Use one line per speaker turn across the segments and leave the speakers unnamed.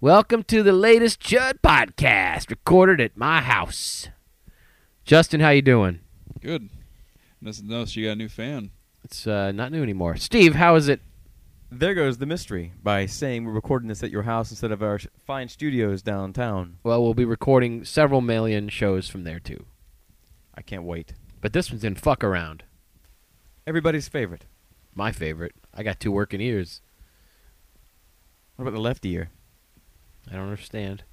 Welcome to the latest Judd podcast, recorded at my house. Justin, how you doing?
Good. Mrs. Nuss, you got a new fan.
It's uh, not new anymore. Steve, how is it?
There goes the mystery by saying we're recording this at your house instead of our sh- fine studios downtown.
Well, we'll be recording several million shows from there too,
I can't wait.
but this one's in fuck around.
Everybody's favorite.
My favorite. I got two working ears.
What about the left ear?
I don't understand.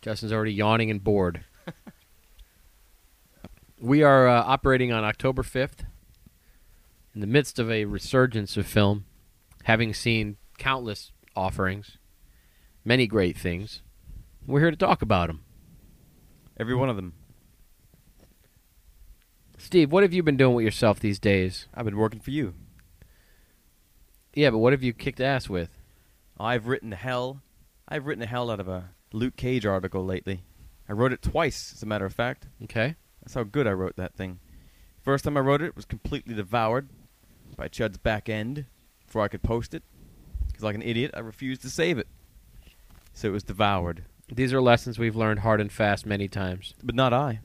Justin's already yawning and bored. we are uh, operating on October 5th in the midst of a resurgence of film, having seen countless offerings, many great things. We're here to talk about them.
Every one of them.
Steve, what have you been doing with yourself these days?
I've been working for you.
Yeah, but what have you kicked ass with?
I've written hell. I've written the hell out of a Luke Cage article lately. I wrote it twice, as a matter of fact.
Okay.
That's how good I wrote that thing. First time I wrote it, it was completely devoured by Chud's back end before I could post it. Because, like an idiot, I refused to save it. So it was devoured.
These are lessons we've learned hard and fast many times.
but not I.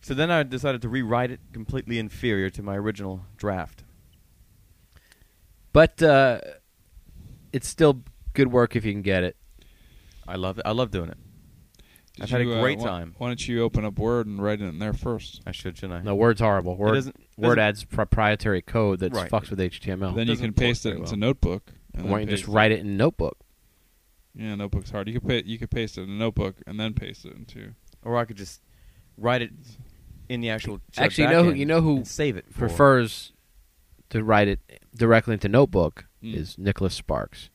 So then I decided to rewrite it completely inferior to my original draft.
But uh, it's still good work if you can get it.
I love it. I love doing it.
Did
I've had a
you, uh,
great
why-
time.
Why don't you open up Word and write it in there first?
I should, shouldn't I?
No, Word's horrible. Word,
doesn't-
Word
doesn't-
adds proprietary code that
Right.
fucks with HTML.
then you
doesn't
can paste
work
it
very
into
well.
Notebook. and
Why
then
don't you just
paste
write it in Notebook?
Yeah, Notebook's hard. You could pa- you could paste it in Notebook and then paste it into.
Or I could just write it in the actual. Chud
Actually, you know who-
backend
you know who
and save it. For.
Prefers to write it directly into Notebook
Mm.
is Nicholas Sparks.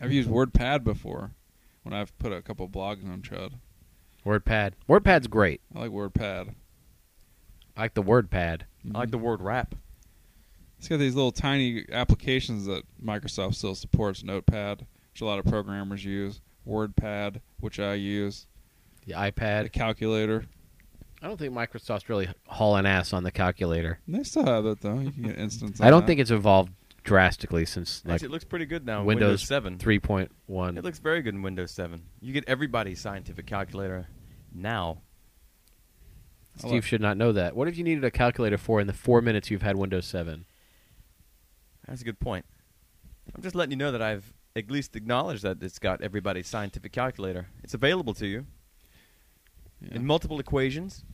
I've used WordPad before when I've put a couple blogs on Chud.
WordPad. WordPad's great.
I like WordPad. Mm-hmm.
I like the WordPad.
I like the word rap.
It's got these little tiny applications that Microsoft still supports Notepad, which a lot of programmers use, WordPad, which I use,
The
the
iPad.
calculator.
I don't think Microsoft's really hauling ass on the calculator.
They still have that though. You can get instance.
I
on
don't
that.
think it's evolved drastically since like
Actually, it looks pretty good now. in
Windows
Windows Seven.
3.1.
It looks very good in Windows Seven. You get everybody's scientific calculator now.
I'll
Steve should not know that. What if you needed a calculator for in the four minutes you've had Windows 7?
That's a good point. I'm just letting you know that I've at least acknowledged that it's got everybody's scientific calculator. It's available to you.
Yeah.
in multiple equations.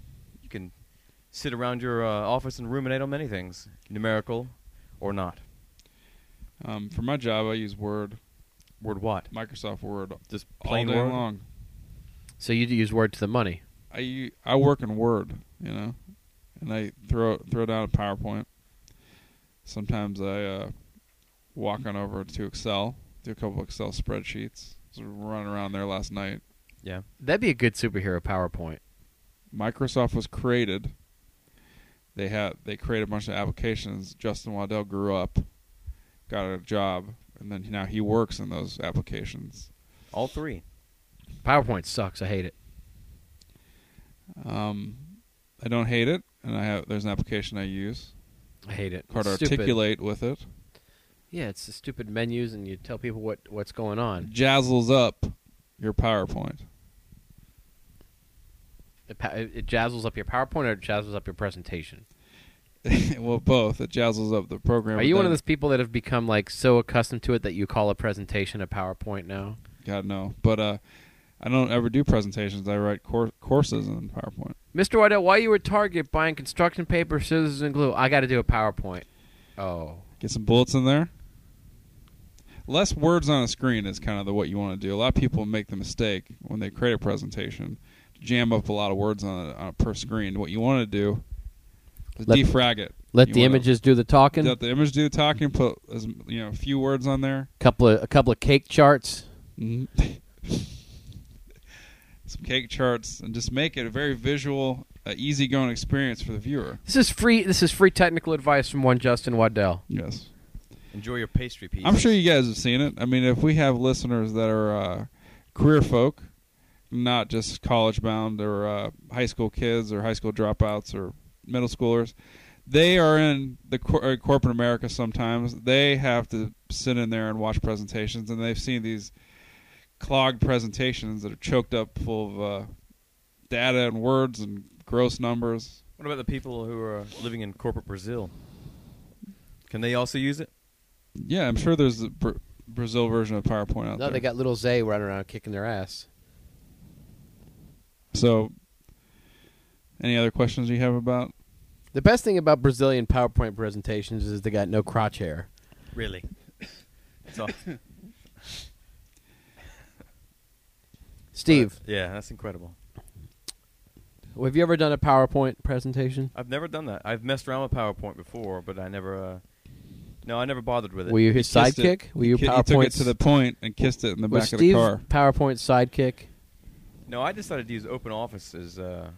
You can sit around your uh, office and ruminate on many things, numerical or not.
Um, for my job, I use Word,
Word what?
Microsoft Word,
Just
all
plain
day
word.
long.
So you use Word to the money.
I u- I work in Word, you know, and I throw throw down a PowerPoint. Sometimes I uh, walk on over to Excel, do a couple Excel spreadsheets. So run around there last night.
Yeah.
That'd be a good superhero PowerPoint.
Microsoft was created. They had they created a bunch of applications. Justin Waddell grew up, got a job, and then now he works in those applications.
All three.
PowerPoint sucks. I hate it.
Um, I don't hate it, and I have there's an application I use
I hate it.
called
It's stupid.
Articulate with it.
Yeah, it's the stupid menus, and you tell people what what's going on.
Jazzles up your PowerPoint.
It, pa- it jazzles up your PowerPoint or it jazzles up your presentation.
well, both it jazzles up the program.
Are
but
you one of
then-
those people that have become like so accustomed to it that you call a presentation a PowerPoint now?
God no, but uh, I don't ever do presentations. I write cour- courses in PowerPoint.
Mr. Waddell, while you were at Target buying construction paper, scissors, and glue, I got to do a PowerPoint. Oh,
Get some bullets in there. Less words on a screen is kind of the what you want to do. A lot of people make the mistake when they create a presentation, jam up a lot of words on a, on a per screen. What you want to do is
Let-
defrag it.
let
You
the
wanna-
images do the talking.
Let the image do the talking. Put as you know, a few words on there.
couple of a couple of cake charts.
Mhm. some cake charts and just make it a very visual, uh, easygoing experience for the viewer.
This is free. This is free technical advice from one Justin Waddell.
Yes.
Enjoy your pastry piece.
I'm sure you guys have seen it. I mean, if we have listeners that are uh, career folk, not just college bound or uh, high school kids or high school dropouts or middle schoolers, they are in the cor- uh, corporate America sometimes. They have to sit in there and watch presentations, and they've seen these clogged presentations that are choked up full of uh, data and words and gross numbers.
What about the people who are living in corporate Brazil? Can they also use it?
Yeah, I'm sure there's a Br- Brazil version of PowerPoint out
No,
there.
they got little Zay running around kicking their ass.
so, any other questions you have about?
The best thing about Brazilian PowerPoint presentations is they got no crotch hair.
Really? So,
Steve,
yeah, that's incredible.
have you ever done a PowerPoint presentation?
I've never done that. I've messed around with PowerPoint before, but I never. Uh, no, I never bothered with it.
Were you his
Uh, kissed it.
sidekick? Were you
Ki- he took
PowerPoint?
it to the point and kissed it in the
was
back of the
Steve
car.
PowerPoint's sidekick?
No, I decided to use OpenOffice's uh,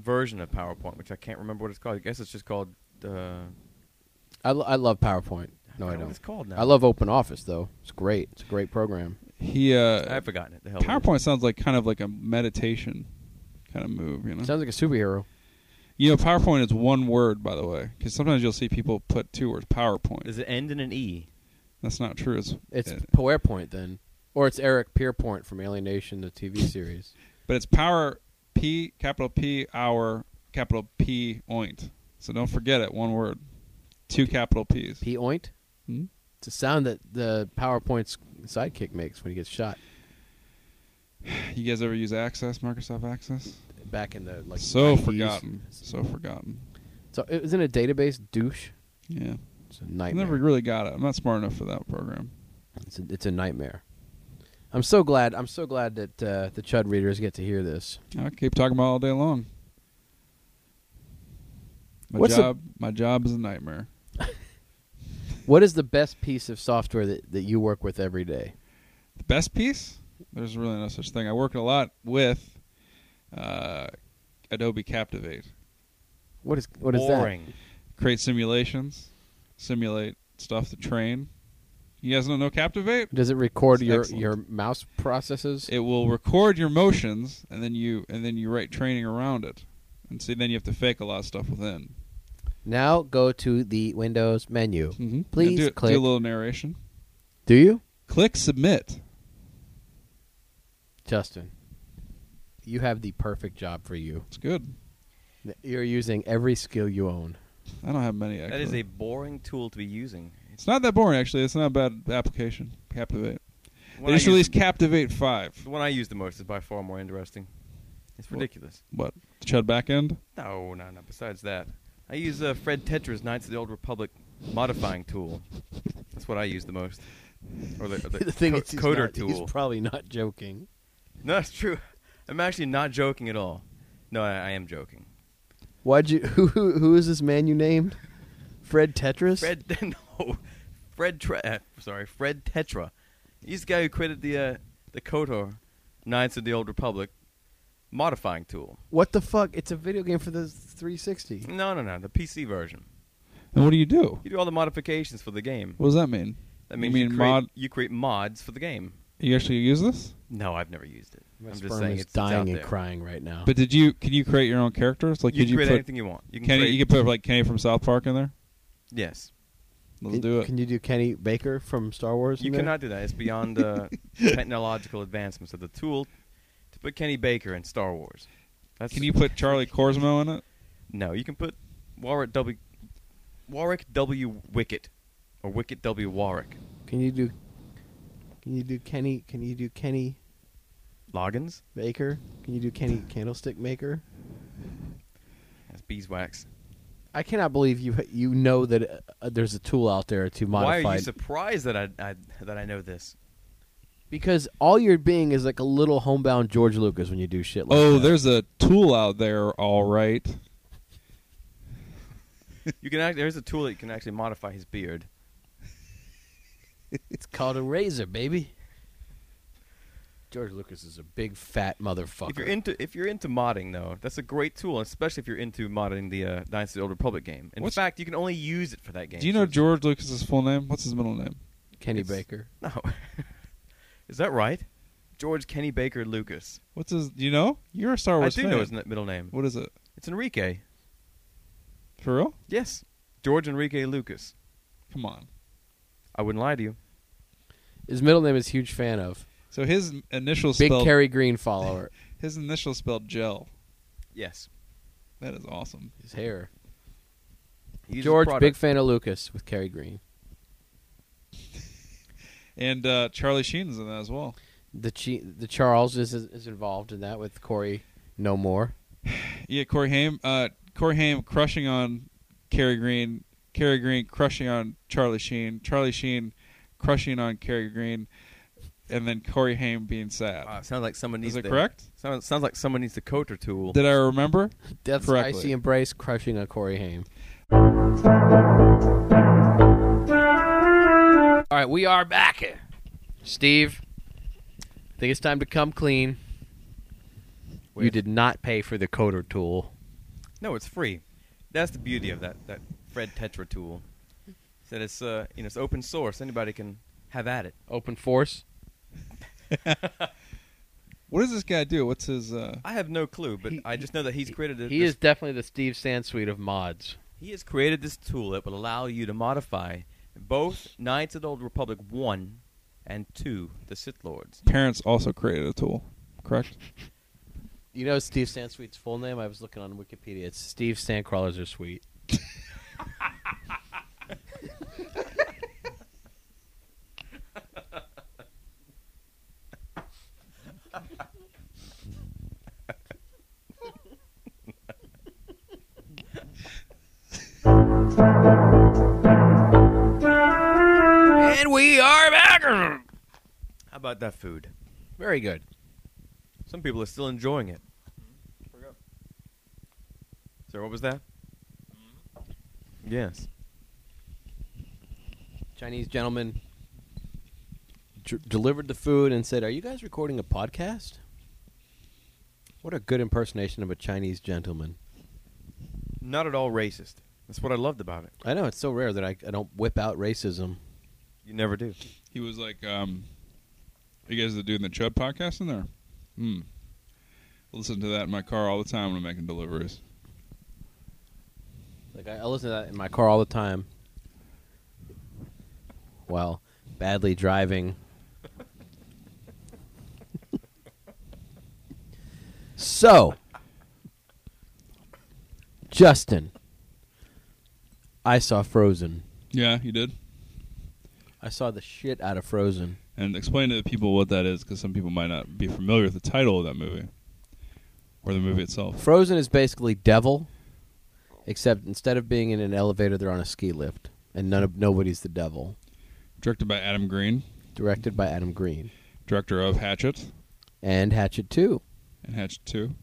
version of PowerPoint, which I can't remember what it's called. I guess it's just called. Uh,
I, lo- I love PowerPoint. No, I
forgot What
don't.
it's called now.
I love Open Office though. It's great. It's a great program.
He uh,
I've forgotten it. The hell it is.
PowerPoint sounds like kind of like a meditation kind of move, you know.
Sounds like a superhero.
you know, PowerPoint is one word, by the way, because sometimes you'll see people put two words. PowerPoint.
Does it end in an E?
That's not true. It's,
It's
uh,
PowerPoint then, or it's Eric Pierpoint from Alienation, the TV series.
but it's power P capital P hour capital P oint. So don't forget it. One word, two capital P's.
P Oint.
Hmm?
It's a sound that the PowerPoint's sidekick makes when he gets shot
You guys ever use Access, Microsoft Access?
back in the like.
so
90s.
forgotten. So forgotten.
So it was in a database douche.
Yeah,
It's a
I
nightmare.
never really got it. I'm not smart enough for that program.
It's a, it's a nightmare. I'm so glad. I'm so glad that uh, the Chud readers get to hear this.
I keep talking about it all day long. My
What's the-
job, my job is a nightmare.
What is the best piece of software that, that you work with every day?
The best piece? There's really no such thing. I work a lot with uh, Adobe Captivate.
What is what is that?
Boring.
Create simulations, simulate stuff to train. You guys don't know Captivate?
Does it record
It's
your
excellent.
your mouse processes?
It will record your motions, and then you and then you write training around it. And see, then you have to fake a lot of stuff within.
now go to the Windows menu.
Mm-hmm.
Please
do,
click.
do a little narration.
Do you,
Click submit.
Justin? You have the perfect job for you.
It's good.
You're using every skill you own.
I don't have many. Actually.
That is a boring tool to be using.
It's not that boring, actually. It's not a bad application. Captivate.
When
they
I
just released
use-
Captivate 5.
The one I use the most is by far more interesting. It's
Well-
ridiculous.
What? The Chud backend?
No, no, no. Besides that, I use uh, Fred Tetra's Knights of the Old Republic modifying tool. That's what I use the most. Or the, or the, co-
he's
coder
not-
tool.
He's probably not joking.
no, that's true. I'm actually not joking at all. No, I, I am joking.
Why'd you? Who, who who is this man you named? Fred Tetris.
Fred, no, Fred. Tre- uh, sorry, Fred Tetra. He's the guy who created the uh, the Kotor Knights of the Old Republic modifying tool.
What the fuck? It's a video game for the 360.
No, no, no. The PC version.
And what do you do?
You do all the modifications for the game.
What does that mean?
That
You
means
mean
you, create,
mod-
you create mods for the game.
You actually use this?
No, I've never used it.
My
I'm
sperm
just saying
is
it's, it's out
dying and
there.
crying right now.
But did you? Can you create your own characters? Like,
you
could
can
you
create
put
anything you want. You can
Kenny?
create
You could put like Kenny from South Park in there.
yes.
Let's
can,
do it.
Can you do Kenny Baker from Star Wars?
You
in there?
cannot do that. It's beyond uh, technological advancements of the tool to put Kenny Baker in Star Wars. That's
Can you put Charlie Corsmo in it?
No, you can put Warwick W. Warwick W. Wicket, or Wicket W. Warwick.
Can you do? Can you do Kenny? Can you do Kenny
Loggins.
Baker? Can you do Kenny Candlestick Maker?
That's beeswax.
I cannot believe you you know that uh, uh, there's a tool out there to modify.
Why are you surprised that I, I that I know this?
because all you're being is like a little homebound George Lucas when you do shit like
Oh,
that.
there's a tool out there. All right.
You can act, there's a tool that you can actually modify his beard.
it's called a razor, baby. George Lucas is a big fat motherfucker.
If you're into if you're into modding though, that's a great tool, especially if you're into modding the uh, Knights of the Old Republic game. In
What's-
fact, you can only use it for that game.
Do you
so
know
it's-
George Lucas's full name? What's his middle name?
Kenny
it's-
Baker,
No, is that right? George Kenny Baker Lucas.
What's his? Do you know? You're a Star
I
Wars
do
fan.
know his n- middle name.
What is it?
It's Enrique.
For real?
Yes, George Enrique Lucas.
Come on.
I wouldn't lie to you.
His middle name is huge fan of.
So his initial
Big
spelled
Kerry Green follower.
his initial spelled gel.
Yes,
That is awesome.
His hair.
He uses
George,
product.
big fan of Lucas with Kerry Green.
And uh, Charlie Sheen's in that as well.
The Chi the Charles is is involved in that with Corey No More.
Yeah, Corey Haim. Uh, Corey Haim crushing on Kerry Green. Kerry Green crushing on Charlie Sheen. Charlie Sheen crushing on Kerry Green, and then Corey Haim being sad.
Wow, Ah, sounds like someone needs.
is it
to-
correct?
Sounds, sounds like someone needs to coach or tool.
Did I remember?
Death
Correctly.
Spicy Embrace crushing on Corey Haim. All right, we are back. Steve, I think it's time to come clean. You
With-
did not pay for the coder tool.
No, it's free. That's the beauty of that that Fred Tetra tool. Is That it's uh you know it's open source. Anybody can have at it.
Open Force.
What does this guy do? What's his? Uh,
I have no clue, but I just know that he's created. A,
He
this,
is definitely the Steve Sand suite of mods.
He has created this tool that will allow you to modify both Knights of the Old Republic one and two, the Sith Lords.
parents also created a tool, correct?
You know Steve Sansweet's full name? I was looking on Wikipedia. It's Steve Sandcrawlers are sweet. and we are back.
How about that food?
Very good.
Some people are still enjoying it. Sir, what was that? Yes.
Chinese gentleman d- delivered the food and said, "Are you guys recording a podcast?" What a good impersonation of a Chinese gentleman.
Not at all racist. That's what I loved about it.
I know it's so rare that I, I don't whip out racism.
You never do.
He was like, um, "You guys are doing the Chub podcast in there." Hmm. Listen to that in my car all the time when I'm making deliveries.
Like I, I listen to that in my car all the time. While badly driving. so, Justin, I saw Frozen.
Yeah, you did.
I saw the shit out of Frozen.
And explain to the people what that is, because some people might not be familiar with the title of that movie or the movie itself.
Frozen is basically Devil, except instead of being in an elevator, they're on a ski lift, and none of nobody's the devil.
Directed by Adam Green,
Directed by Adam Green
director of Hatchet
and Hatchet Two.
and Hatchet Two.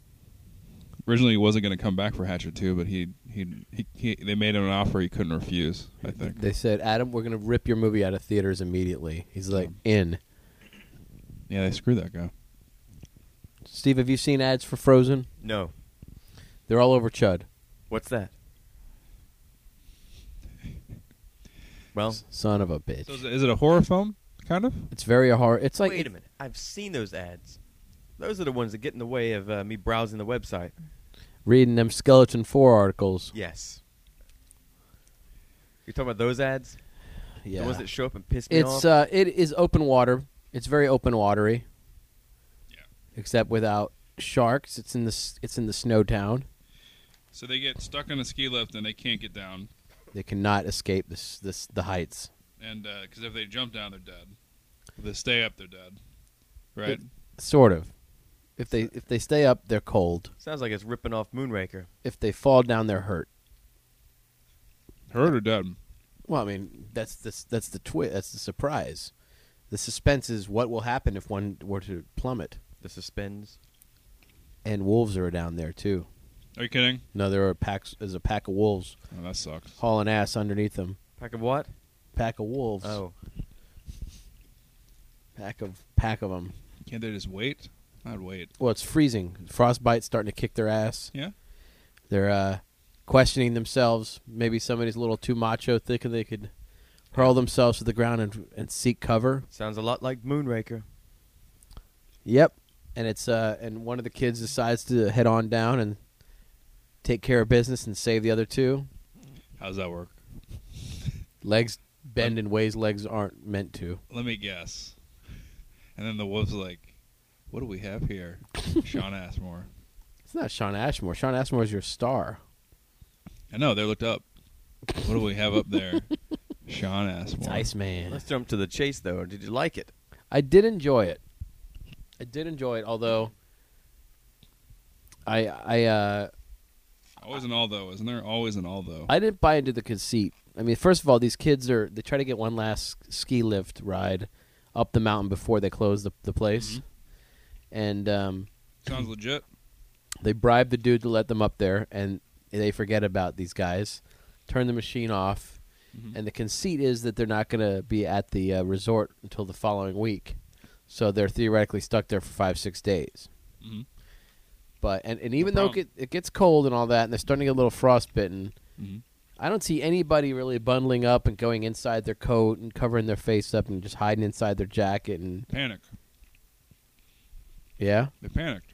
Originally, he wasn't going to come back for Hatchet Two, but he, he he he they made him an offer he couldn't refuse. I think.
They said, Adam, we're gonna rip your movie out of theaters immediately. He's like, in.
Yeah, they screwed that guy.
Steve, have you seen ads for Frozen?
No.
They're all over Chud.
What's that? Well,
Son of a bitch.
Oh. So is it, is it a horror film? Kind of.
it's very hard. It's like
wait a minute. I've seen those ads. Those are the ones that get in the way of uh, me browsing the website.
reading them Skeleton Four articles.
Yes. You're talking about those ads?
Yeah.
The ones that show up and piss me
It's
off?
uh, it is open water. It's very open watery. Except without sharks, it's in the s- it's in the snow town.
So they get stuck on a ski lift and they can't get down,
They cannot escape this this the heights.
and because if they jump down, they're dead. If they stay up, they're dead. Right.
Sort of. If they if they stay up, they're cold.
Sounds like it's ripping off Moonraker.
If they fall down, they're hurt.
Hurt or dead.
Well, I mean that's the that's the twi- that's the surprise. The suspense is what will happen if one were to plummet.
The suspends.
And wolves are down there too.
Are you kidding?
No, there are packs. There's a pack of wolves
Oh, that sucks.
hauling ass underneath them.
Pack of what?
Pack of wolves.
Oh.
pack of pack of them.
Can't they just wait? I'd wait.
Well, it's freezing. Frostbite's starting to kick their ass.
Yeah.
They're uh, questioning themselves. Maybe somebody's a little too macho, thinking they could hurl themselves to the ground and, and seek cover.
Sounds a lot like Moonraker.
Yep. And it's uh, and one of the kids decides to head on down and take care of business and save the other two.
How's that work?
Legs bend in ways legs aren't meant to.
Let me guess. And then the wolf's like, "What do we have here?" Sean Ashmore.
It's not Sean Ashmore. Sean Ashmore is your star.
I know they looked up. What do we have up there? Sean Ashmore.
It's Iceman.
Let's jump to the chase, though. Did you like it?
I did enjoy it. I did enjoy it, although I I uh
Always an although, isn't there? Always an although.
I didn't buy into the conceit. I mean, first of all, these kids are they try to get one last ski lift ride up the mountain before they close the the place,
Mhm.
and um,
Sounds legit.
they bribe the dude to let them up there, and they forget about these guys, turn the machine off,
Mhm.
and the conceit is that they're not going to be at the uh, resort until the following week, so they're theoretically stuck there for five six days.
Mhm.
But and, and even though it,
problem.
get, it gets cold and all that, and they're starting to get a little frostbitten.
Mhm.
I don't see anybody really bundling up and going inside their coat and covering their face up and just hiding inside their jacket and
Panic.
yeah,
They panicked.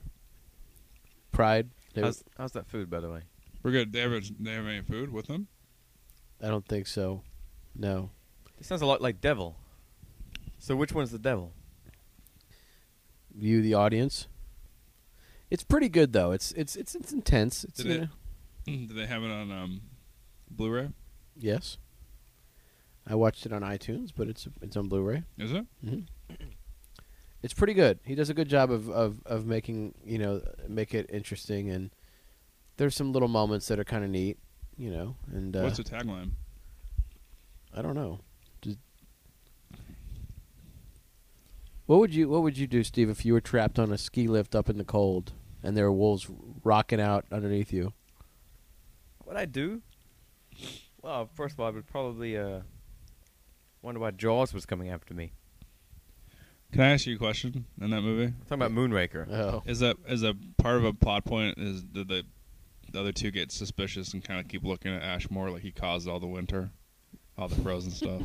pride. They-
How's, how's that food, by the way?
We're good. They have, they have any food with them?
I don't think so. No,
This sounds a lot like devil. So which one's the devil?
you the audience. It's pretty good though. It's it's it's, it's intense. It's
Did
you
it-
know-
Do they have it on um, Blu-ray?
yes. I watched it on iTunes, but it's it's on Blu-ray.
Is it?
It's pretty good. He does a good job of, of, of making you know make it interesting, and there's some little moments that are kind of neat, you know. And uh,
What's the tagline?
I don't know. Does- What would you What would you do, Steve, if you were trapped on a ski lift up in the cold and there were wolves rocking out underneath you?
What I do? Well, first of all, I would probably uh, wonder why Jaws was coming after me.
Can I ask you a question in that movie?
I'm talking about Moonraker.
Oh,
Is that is a part of a plot point? Is did the the other two get suspicious and kind of keep looking at Ashmore like he caused all the winter, all the frozen stuff?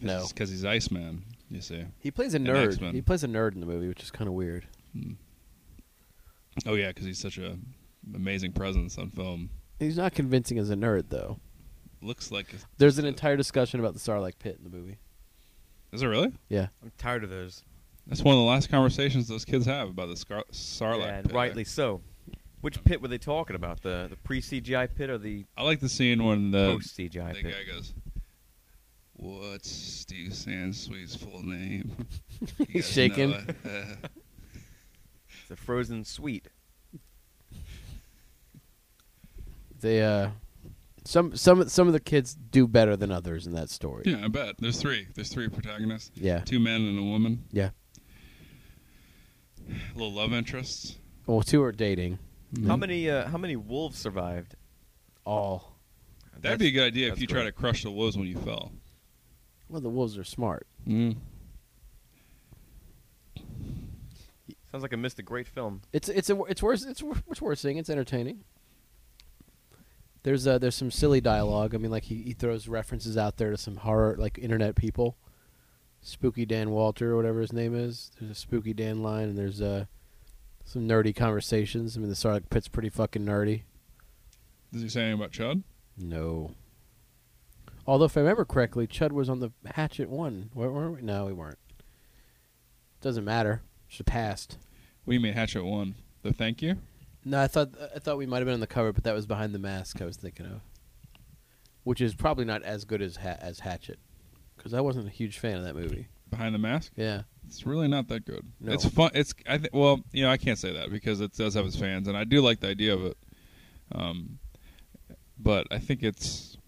no!
because he's Iceman. You see.
He plays a
An
nerd.
X-Men.
He plays a nerd in the movie, which is kind of weird.
Oh yeah, because he's such a amazing presence on film.
He's not convincing as a nerd, though.
Looks like. a-
There's an entire discussion about the Sarlacc pit in the movie.
Is it really?
Yeah,
I'm tired of those.
That's one of the last conversations those kids have about the scar- Sarlacc.
and
pit.
rightly so. Which pit were they talking about? The the pre CGI pit or the
I like the scene when the
post CGI
that
pit?
guy goes, "What's Steve Sansweet's full name?" You
He's
guys
shaking.
know it.
It's a frozen sweet.
they uh, some some some of the kids do better than others in that story.
yeah, I bet. There's three. There's three protagonists.
Yeah.
Two men and a woman.
Yeah.
Little love interests.
Well, two are dating.
How
Mhm.
many uh, how many wolves survived?
All.
That'd be a good idea if
that's
you try to
great.
crush the wolves when you fell.
Well, the wolves are smart.
Mm.
Sounds like I missed a great film.
It's it's a, it's worth it's wor- it's worth seeing. It's entertaining. There's uh there's some silly dialogue. I mean, like he, he throws references out there to some horror like internet people, spooky Dan Walter or whatever his name is. There's a spooky Dan line, and there's uh some nerdy conversations. I mean, the Sarlacc pit's pretty fucking nerdy.
Does he say anything about Chud?
No. Although, if I remember correctly, Chud was on the Hatchet one. Were, were we? No, we weren't. Doesn't matter. Should passed.
What do you mean Hatchet One? The thank you?
No, I thought I thought we might have been on the cover, but that was behind the mask. I was thinking of, which is probably not as good as ha- as Hatchet, because I wasn't a huge fan of that movie.
Behind the mask?
Yeah,
It's really not that good.
No.
It's fun. It's I think. Well, you know, I can't say that because it does have its fans, and I do like the idea of it. Um, but I think it's.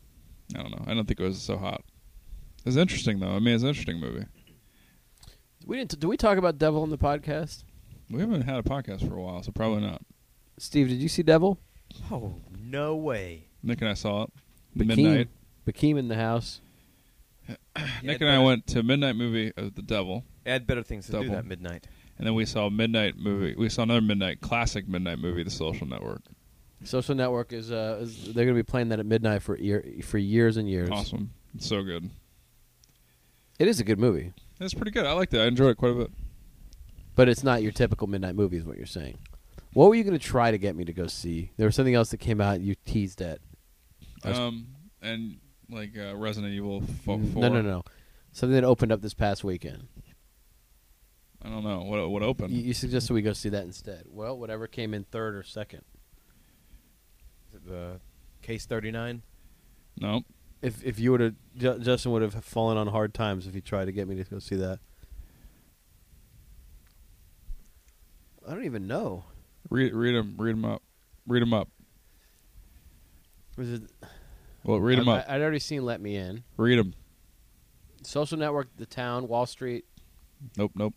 I don't know. I don't think it was so hot. It's interesting though. I mean, it's an interesting movie.
we didn't. Did we talk about Devil on the podcast?
We haven't had a podcast for a while, so probably not.
Steve, did you see Devil?
Oh no way!
Nick and I saw it.
Bakeem.
Midnight.
Bakeem in the house.
Nick
Yeah,
and I
but-
went to midnight movie of the devil,
I had better things to do
Double.
that midnight.
and then we saw midnight movie. We saw another midnight classic midnight movie, The Social Network.
Social Network is. Uh, is they're going to be playing that at midnight for year for years and years.
Awesome. It's so good.
It is a good movie,
It's pretty good. I liked it. I enjoyed it quite a bit.
but it's not your typical midnight movie. Is what you're saying. What were you going to try to get me to go see? There was something else that came out you teased at. I was-
Um, and like uh, Resident Evil fo-
N-
Four.
No, no, no. Something that opened up this past weekend.
I don't know what what opened.
You, you suggested we go see that instead. Well, whatever came in third or second.
Is it the case 39?
no,
If if you would have, Ju- Justin would have fallen on hard times if he tried to get me to go see that. I don't even know.
read read them read 'em up, read 'em up.
Was it?
Well, read 'em
I,
up,
I, would already seen Let Me In.
Read 'em.
Social Network, The Town, Wall Street,
Nope, nope.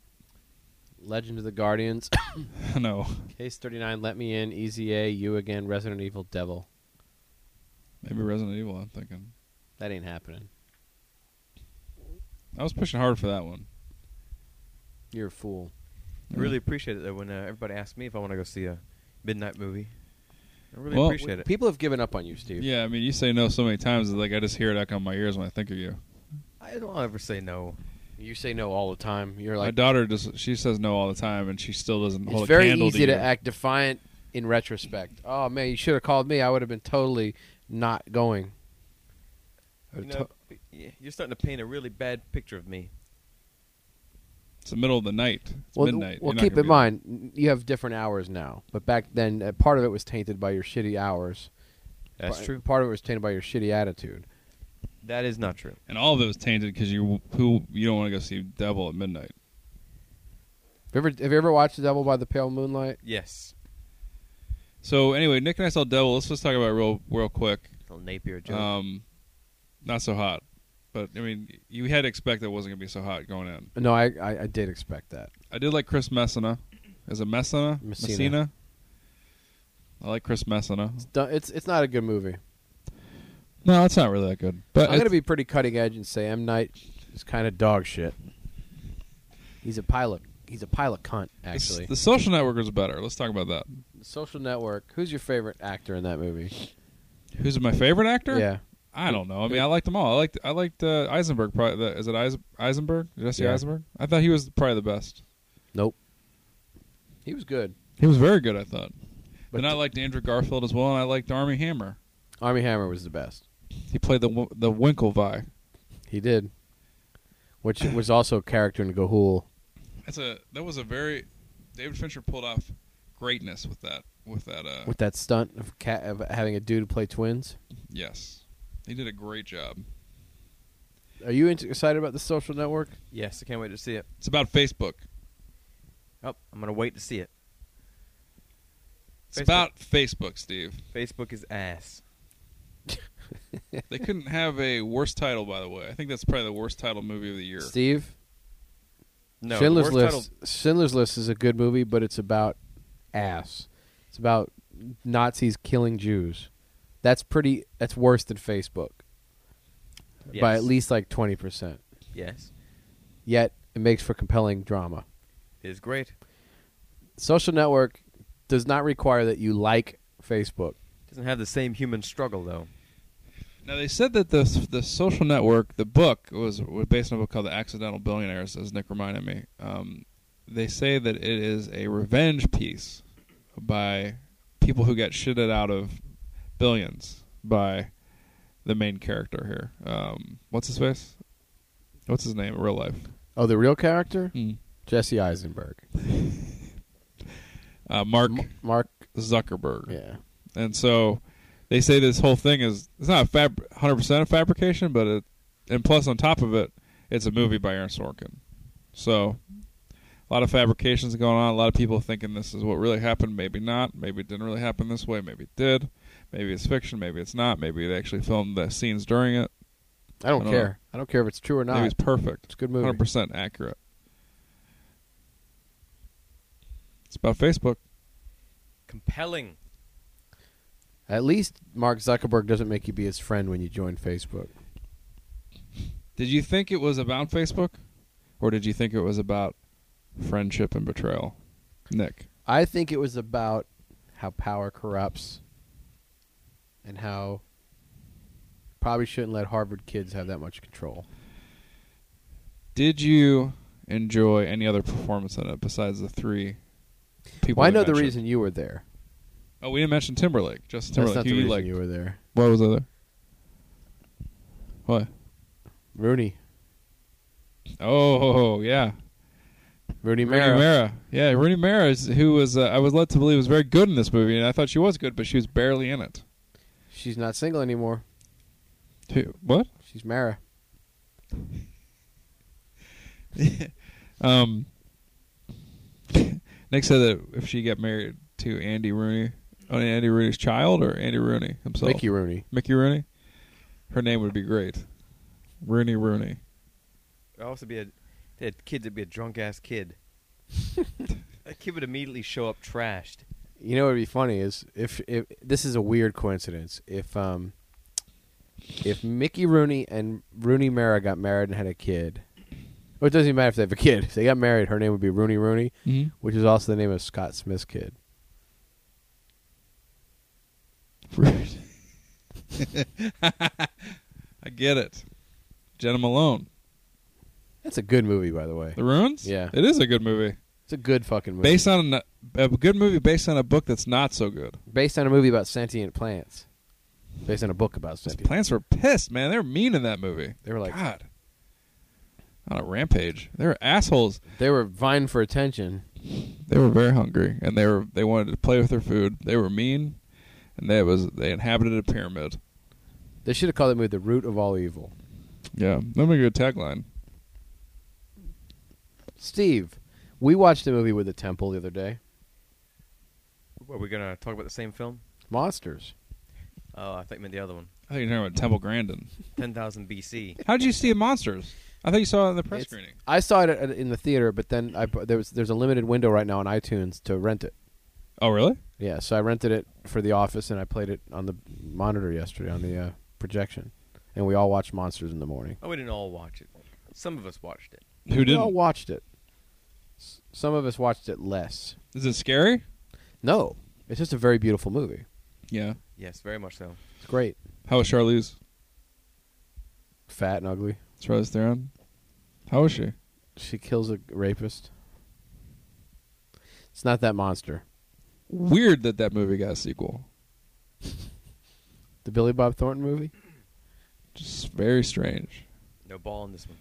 Legend of the Guardians,
no,
Case Thirty Nine, Let Me In, Easy A, You Again, Resident Evil, Devil.
maybe Resident Evil. I'm thinking.
That ain't happening.
I was pushing hard for that one.
You're a fool.
Mm-hmm.
I really appreciate it though when uh, everybody asks me if I want to go see a midnight movie. I really
Well-
appreciate it.
People have given up on you, Steve.
Yeah, I mean, you say no so many times. It's like I just hear it echo in my ears when I think of you.
I don't ever say no.
You say no all the time. You're
my
like,
daughter just she says no all the time, and she still doesn't
it's
hold a
very
candle
easy to,
you.
act defiant in retrospect. Oh man, you should have called me. I would have been totally not going. I
You
would've to-
are starting to paint a really bad picture of me.
It's the middle of the night. It's
well,
midnight.
well
You're not
keep
gonna
in
be-
mind you have different hours now, but back then uh, part of it was tainted by your shitty hours. Part- Part of it was tainted by your shitty attitude.
That is not true.
And all of it was tainted because you who you don't want to go see Devil at midnight.
Have you ever, have you ever watched The Devil by the Pale Moonlight?
Yes.
So anyway, Nick and I saw Devil. Let's just talk about it real real quick.
Little Napier joke.
Um, not so hot, but I mean, you had to expect that it wasn't gonna be so hot going in.
No, I, I, I did expect that.
I did like Chris Messina. Is it Messina?
Messina.
I like Chris Messina.
It's done- It's it's not a good movie.
No, it's not really that good. But
I'm gonna
it's-
be pretty cutting edge and say M Night is kind of dog shit. He's a pilot. He's a pilot cunt.
the-
Actually,
the Social Network was better. Let's talk about that.
Social Network. Who's your favorite actor in that movie?
Who's my favorite actor?
Yeah,
I don't know. I mean, I liked them all. I liked I liked uh, Eisenberg. Probably the, is it Eisen, Eisenberg? Jesse
Yeah.
Eisenberg? I thought he was probably the best.
nope. He was good.
He was very good. I thought.
But
then I
th-
liked Andrew Garfield as well, and I liked Army Hammer.
Army Hammer was the best.
He played the Wi- the Winklevi.
He did, which was also a character in Gahul.
That's a that was a very David Fincher pulled off greatness with that with that uh
with that stunt of, ca of having a dude play twins.
yes. He did a great job.
Are you int- excited about the Social Network?
yes, I can't wait to see it.
It's about Facebook.
Oh, I'm gonna wait to see it.
It's
Facebook.
about Facebook, Steve.
Facebook is ass.
they couldn't have a worse title, by the way. I think that's probably the worst title movie of the year.
Steve,
No, the
Schindler's
worst
List.
title-
Schindler's List is a good movie, but it's about ass. It's about Nazis killing Jews. That's pretty. That's worse than Facebook by
Yes.
at least like twenty percent.
Yes,
Yet it makes for compelling drama.
it is great.
Social Network does not require that you like Facebook.
Doesn't have the same human struggle though.
Now they said that the the social network, the book was, was based on a book called The Accidental Billionaires, as Nick reminded me. Um, they say that it is a revenge piece by people who got shitted out of billions by the main character here. Um, what's his face? What's his name in real life?
Oh, the real character, Jesse Eisenberg,
Uh, Mark
M- Mark.
Zuckerberg.
Yeah.
And so they say this whole thing is it's not a fab- 100% a fabrication, but it and plus on top of it, it's a movie by Aaron Sorkin. So a lot of fabrications going on, a lot of people thinking this is what really happened, maybe not, maybe it didn't really happen this way, maybe it did. Maybe it's fiction, maybe it's not. Maybe they actually filmed the scenes during it.
I don't,
I don't
care. I don't care if it's true or
Maybe
not.
it's perfect.
It's a good movie.
100% accurate. It's about Facebook.
Compelling.
At least Mark Zuckerberg doesn't make you be his friend when you join Facebook.
Did you think it was about Facebook, or did you think it was about friendship and betrayal, Nick?
I think it was about how power corrupts and how probably shouldn't let Harvard kids have that much control.
Did you enjoy any other performance in it besides the three people?
Well, I
we
know the
mentioned?
reason you were there.
Oh, we didn't mention Timberlake. Justin
That's
Timberlake.
not the
Who you
reason
like?
you were there.
What was other? What?
Rooney.
Oh yeah,
Rooney
Rooney
Mara.
Mara. Yeah, Rooney Mara is who was uh, I was led to believe was very good in this movie, and I thought she was good, but she was barely in it.
She's not single anymore.
Who- What?
She's Mara.
Um, Nick said that if she got married to Andy Rooney, oh, Andy Rooney's child or Andy Rooney himself,
Mickey Rooney.
Mickey Rooney, her name would be great, Rooney Rooney.
I'd also be a that kid would be a drunk ass kid. that kid would immediately show up trashed.
You know what would be funny is if, if this is a weird coincidence. If um if Mickey Rooney and Rooney Mara got married and had a kid. Well, it doesn't even matter if they have a kid. If they got married, her name would be Rooney Rooney,
Mm-hmm.
which is also the name of Scott Smith's kid.
I get it. Jenna Malone.
That's a good movie, by the way.
The Ruins?
Yeah.
It is a good movie.
It's a good fucking movie.
Based on a, a good movie based on a book that's not so good.
based on a movie about sentient plants, based on a book about
Those
sentient.
plants were pissed, man. They were mean in that movie.
They were like-
God. On a rampage. They were assholes.
They were vying for attention.
They were very hungry and they were they wanted to play with their food. They were mean and they was they inhabited a pyramid.
They should have called that movie "The Root of All Evil."
Yeah. That'd be a good tagline.
Steve, we watched a movie with a temple the other day.
What, Are we gonna talk about the same film?
Monsters.
Oh, I thought you meant the other one.
I thought you were talking about Temple Grandin.
Ten thousand BC.
How did you see Monsters? I thought you saw it in the press
It's-
screening.
I saw it at, in the theater, but then I bu- there was there's a limited window right now on iTunes to rent it.
Oh, really?
Yeah, so I rented it for the office and I played it on the monitor yesterday on the uh, projection, and we all watched Monsters in the morning.
Oh, we didn't all watch it. Some of us watched it.
Who
We all
didn't?
watched it. S- some of us watched it less.
Is it scary?
No, it's just a very beautiful movie.
Yeah.
Yes, very much so.
It's great.
How was Charlize?
Fat and ugly.
Charlize Theron. How was she?
She kills a rapist. It's not that monster.
Weird that that movie got a sequel.
The Billy Bob Thornton movie?
Just very strange.
No ball in this one.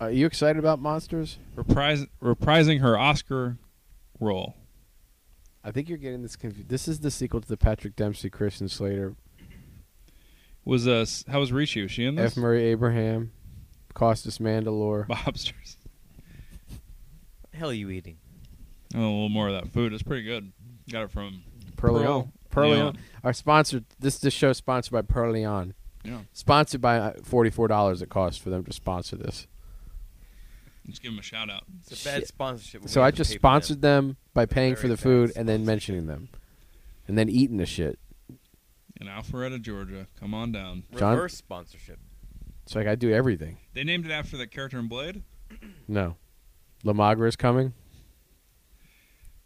Are you excited about monsters?
Repris- reprising her Oscar role.
I think you're getting this confused. This is the sequel to the Patrick Dempsey, Christian Slater,
Was uh s- how was Rishi? Was she in this?
F. Murray Abraham, Costas Mandalore.
Bobsters.
What the hell are you eating?
Oh, a little more of that food. It's pretty good. Got it from
Pearl Leon. Pearl
Leon.
Leon. Our sponsor, this this show is sponsored by Pearl Leon.
Yeah.
Sponsored by uh, $44 it costs for them to sponsor this.
Just give him a shout out.
It's a bad
Shit.
sponsorship. when
So
we
I
have to
just
pay for
sponsored
them.
them by paying for
Very
the food
fast
and then mentioning them. And then eating the shit.
In Alpharetta, Georgia. Come on down.
John-
Reverse sponsorship.
It's like I do everything.
They named it after the character in Blade.
No. Lamagra is coming.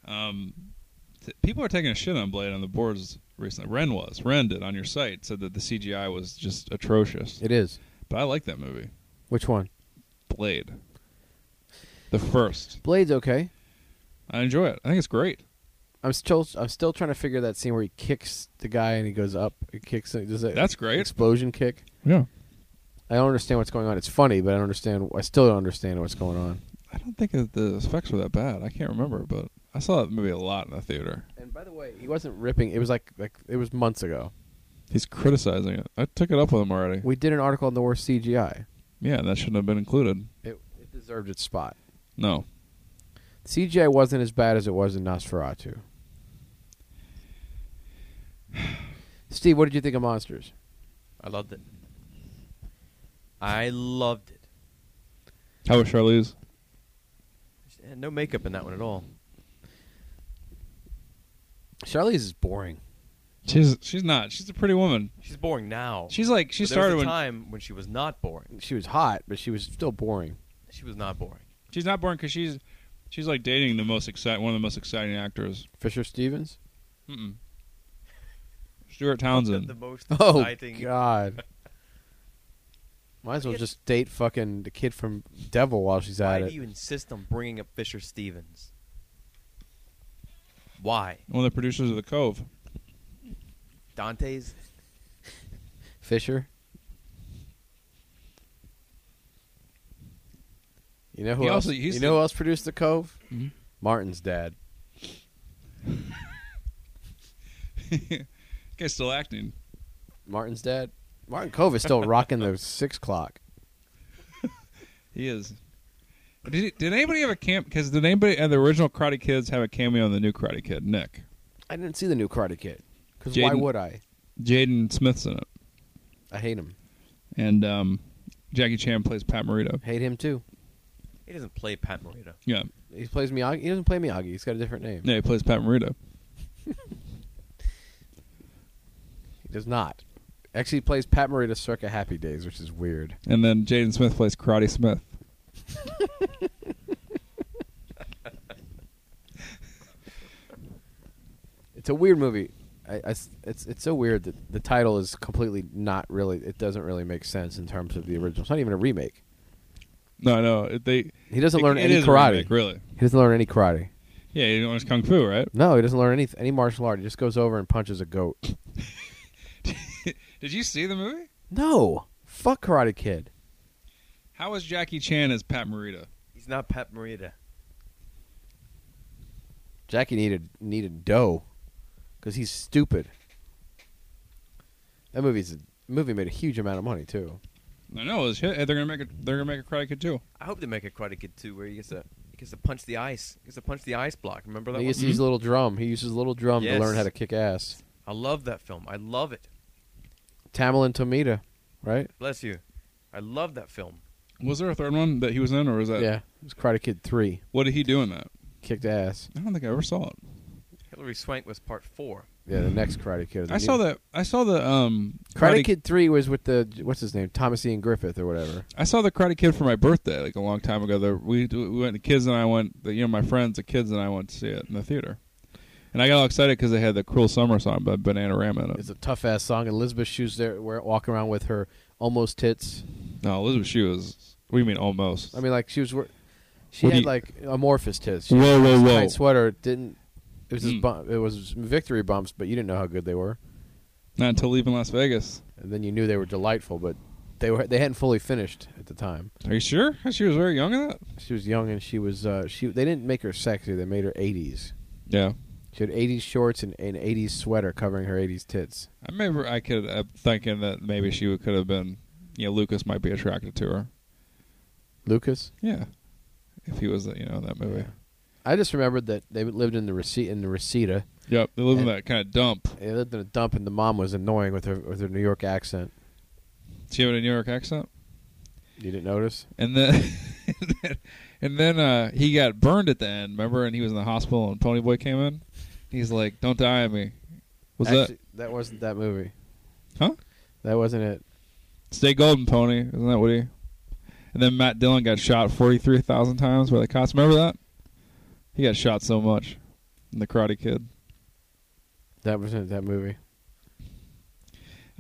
Um, t- people are taking a shit on Blade on the boards recently. Ren was. Ren did on your site said that the CGI was just atrocious.
It is.
But I like that movie,
Which one?
Blade. The first.
Blade's okay.
I enjoy it. I think it's great.
I'm still I'm still trying to figure that scene where he kicks the guy and he goes up. He kicks. uh, Does that
That's great.
Explosion kick.
Yeah.
I don't understand what's going on. It's funny, but I don't understand. I still don't understand what's going on.
I don't think that the effects were that bad. I can't remember, but I saw that movie a lot in the theater.
And by the way, he wasn't ripping. It was like like it was months ago.
He's criticizing it. I took it up with him already.
We did an article on the worst CGI.
yeah, that shouldn't have been included.
It it deserved its spot.
No.
CGI wasn't as bad as it was in Nosferatu. Steve, what did you think of Monsters?
I loved it. I loved it.
How was Charlize?
She had no makeup in that one at all.
Charlize is boring.
She's she's not. She's a pretty woman.
She's boring now.
She's like she
But there
started
was a
when
time when she was not boring.
She was hot, but she was still boring.
She was not boring.
She's not boring because she's she's like dating the most exciting one of the most exciting actors.
Fisher Stevens.
Mm-mm. Stuart
The
Townsend.
most
Oh
exciting.
God! Might as well just date fucking the kid from Devil while she's
Why
at
do
it.
you insist on bringing up Fisher Stevens? Why
One of the producers of The Cove.
Dante's?
Fisher, You know who
He
else?
also-
you
he's the-
know who else produced the Mm-hmm. Cove?
Mhm.
Martin's dad.
Guy's still acting.
Martin's dad. Martin Cove is still rocking the six clock.
He is. Did, he- did anybody have a camp? Because did anybody and the original Karate Kids have a cameo in the new Karate Kid? Nick,
I didn't see the new Karate Kid because why
Jaden-
would I?
Jaden Smith's in it,
I hate him.
and um, Jackie Chan plays Pat Morita.
Hate him too.
He doesn't play Pat Morita.
Yeah,
He plays Miyagi. He doesn't play Miyagi. He's got a different name.
yeah, he plays Pat Morita.
He does not. Actually, he plays Pat Morita circa Happy Days, which is weird.
And then Jaden Smith plays Karate Smith.
It's a weird movie. I, I s- it's it's so weird that the title is completely not really. It doesn't really make sense in terms of the original. It's not even a remake.
No, no, it- they.
He doesn't
it-
learn
it
any
is a
karate.
remake, really.
He doesn't learn any karate.
Yeah, he learns kung fu, right?
No, he doesn't learn any any martial art. He just goes over and punches a goat.
Did you see the movie?
No, fuck Karate Kid.
How is Jackie Chan as Pat Morita?
He's not Pat Morita.
Jackie needed needed dough because he's stupid. That movie's movie made a huge amount of money too.
I know it's hit. They're gonna make a they're gonna make a Karate Kid too.
I hope they make a Karate Kid too, where he gets to he gets to punch the ice, he gets to punch the ice block. Remember that?
he
one? Mm-hmm.
uses his little drum. He uses his little drum to
Yes.
learn how to kick ass.
I love that film. I love it.
Tamil and Tomita, right?
Bless you. I love that film.
Was there a third one that he was in, or was that?
yeah, it was Karate Kid three.
What did he do in that?
Kicked ass.
I don't think I ever saw it.
Hillary Swank was part four.
Yeah, the
Mm.
next Karate Kid.
I saw
that.
that. I saw the um
Karate Kid three was with the what's his name, Thomas Ian Griffith or whatever.
I saw the Karate Kid for my birthday like a long time ago. The, we we went. The kids and I went. The, you know, my friends, the kids and I went to see it in the theater, and I got all excited because they had the "Cruel Summer" song by Bananarama in it.
It's a tough ass song. and Elizabeth Shoes there where walking around with her almost tits.
no, Elizabeth Shue is. What do you mean almost?
I mean, like she was, wor- she
What do
had
you-
like amorphous tits. She
Whoa,
had
whoa,
this
whoa.
Tight sweater It didn't. It was
Hmm.
just bump, it was victory bumps, but you didn't know how good they were.
not until leaving Las Vegas.
And then you knew they were delightful, but they were they hadn't fully finished at the time.
Are you sure? She was very young in that.
She was young and she was uh, she. They didn't make her sexy. They made her 80s.
Yeah,
She had 80s shorts and an 80s sweater covering her 80s tits.
I remember. I could. I'm thinking that maybe she could have been. You know, Lucas might be attracted to her.
Lucas,
Yeah, if he was, you know, in that movie.
I just remembered that they lived in the receipt in the Reseda.
Yep, they live in
And-
that kind of dump.
They lived in a dump, and the mom was annoying with her with her New York accent.
She had a New York accent,
You didn't notice?
and then and then, and then uh, he got burned at the end. Remember, and he was in the hospital, and Pony Boy came in. He's like, "Don't die on me." Was
Actually, that wasn't that movie.
that huh?
That wasn't it.
Stay golden, Pony. Isn't that what he? And then Matt Dillon got shot forty-three thousand times by the cops. Remember that? He got shot so much. In the Karate Kid.
That wasn't that movie.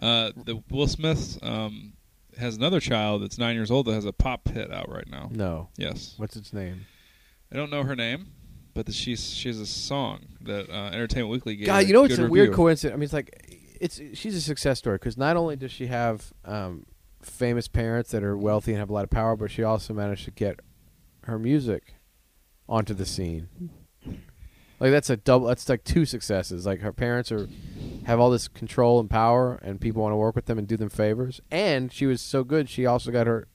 Uh, the Will Smith um, has another child that's nine years old that has a pop hit out right now.
No.
Yes.
What's its name?
I don't know her name, but the, she's she's a song that uh, Entertainment Weekly gave. her
God, you know
good
it's a
review.
weird coincidence. I mean, it's like it's she's a success story because not only does she have um, famous parents that are wealthy and have a lot of power, but she also managed to get her music onto the scene. Like that's a double. That's like two successes. Like her parents are have all this control and power, and people want to work with them and do them favors. And she was so good, she also got her,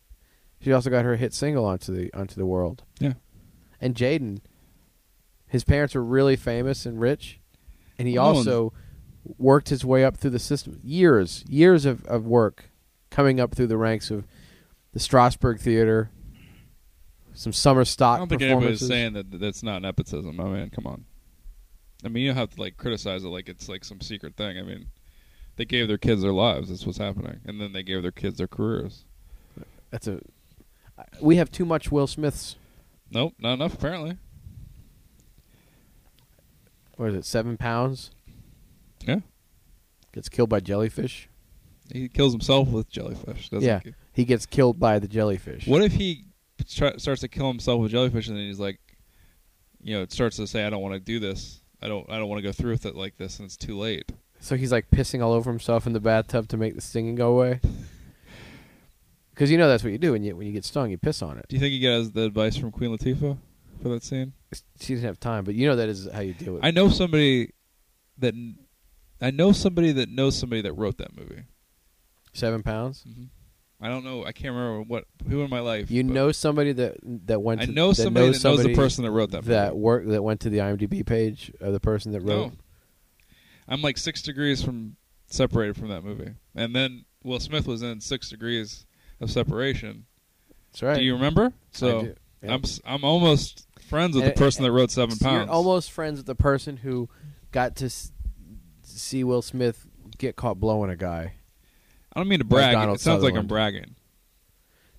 she also got her hit single onto the onto the world.
Yeah,
and Jaden, his parents were really famous and rich, and he
Well, no
also worked his way up through the system. Years, years of, of work coming up through the ranks of the Strasbourg Theater, some summer
I
stock
don't think anybody's
performances.
saying that that's not nepotism. I mean, come on. I mean, you don't have to like criticize it like it's like some secret thing. I mean, they gave their kids their lives. That's what's happening, and then they gave their kids their careers.
That's a I- we have too much Will Smith's.
Nope, not enough apparently.
What is it? Seven pounds
Yeah,
gets killed by jellyfish.
he kills himself with jellyfish. Doesn't
yeah,
he?
he gets killed by the jellyfish.
What if he try, starts to kill himself with jellyfish, and then he's like, you know, starts to say, "I don't want to do this. I don't. I don't want to go through with it like this, and it's too late."
So he's like pissing all over himself in the bathtub to make the stinging go away. because you know that's what you do when you when you get stung, you piss on it.
Do you think he got the advice from Queen Latifah for that scene?
She didn't have time, but you know that is how you deal with.
I know somebody that kn- I know somebody that knows somebody that wrote that movie.
seven pounds.
Mm-hmm.
I don't know. I can't remember what who in my life.
You
but
know somebody that that went.
I
to,
know
that
somebody
knows
that knows the
somebody
person that wrote that.
that
movie.
work that went to the IMDb page of the person that wrote.
No. I'm like six degrees from separated from that movie, and then Will Smith was in six degrees of separation.
That's right.
Do you remember? So
do, yeah.
I'm s- I'm almost friends with
And-
the person that wrote Seven
So
Pounds.
You're almost friends with the person who got to s- see Will Smith get caught blowing a guy.
I don't mean to brag.
Donald
It sounds like
Sutherland.
I'm bragging.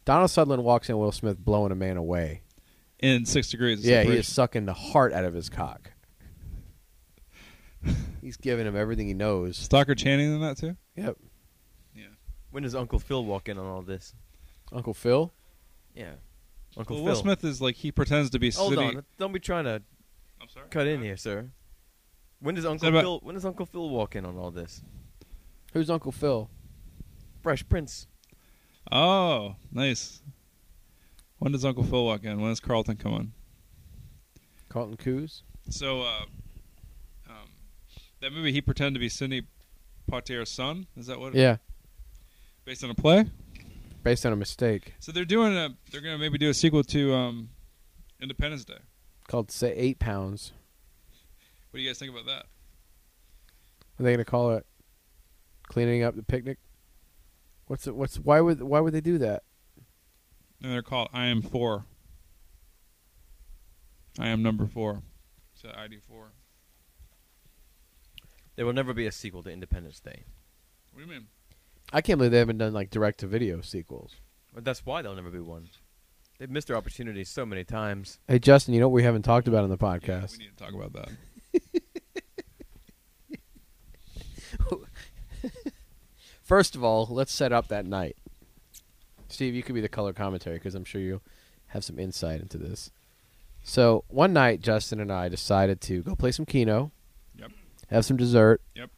Donald Sutherland walks in, Will Smith blowing a man away.
In six degrees. Of
Yeah, he
separation.
is sucking the heart out of his cock. He's giving him everything he knows.
Stalker Channing in that too.
Yep.
When does Uncle Phil walk in on all this?
Uncle Phil.
Yeah.
Well,
Uncle
Will
Phil.
Smith is like he pretends to be
Hold
city.
on. Don't be trying to
I'm sorry.
cut in here, sir. When does Uncle
that about-
Phil when does Uncle Phil walk in on all this?
Who's Uncle Phil?
Fresh Prince.
Oh, nice. When does Uncle Phil walk in? When does Carlton come on?
Carlton Coos.
So, uh, um, that movie he pretended to be Sidney Poitier's son. Is that what?
Yeah,
Based on a play.
based on a mistake
So they're doing a. They're gonna maybe do a sequel to um, Independence Day.
called "Say Eight Pounds."
What do you guys think about that?
Are they gonna call it "Cleaning Up the Picnic"? What's it? What's why would why would they do that?
And they're called I Am Four. I am number four. So ID four.
There will never be a sequel to Independence Day.
What do you mean?
I can't believe they haven't done like direct to video sequels.
But that's why there'll never be one. They've missed their opportunity so many times.
Hey Justin, you know what we haven't talked about on the
Yeah,
podcast?
we need to talk about that.
First of all, let's set up that night. Steve, you could be the color commentary because I'm sure you have some insight into this. So one night, Justin and I decided to go play some Keno,
Yep.
have some dessert,
Yep.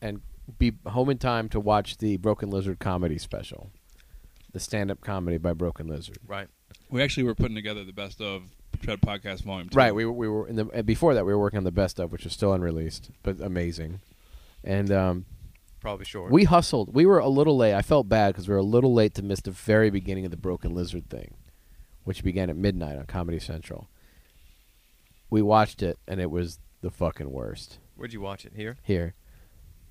and be home in time to watch the Broken Lizard comedy special, the stand-up comedy by Broken Lizard.
Right.
We actually were putting together the best of Tread Podcast Volume Two.
Right. We were, we were in the and before that we were working on the best of, which is still unreleased, but amazing. And um,
Probably short.
we hustled. We were a little late. I felt bad because we were a little late to miss the very beginning of the Broken Lizard thing, which began at midnight on Comedy Central. We watched it, and it was the fucking worst.
Where'd you watch it? Here?
Here,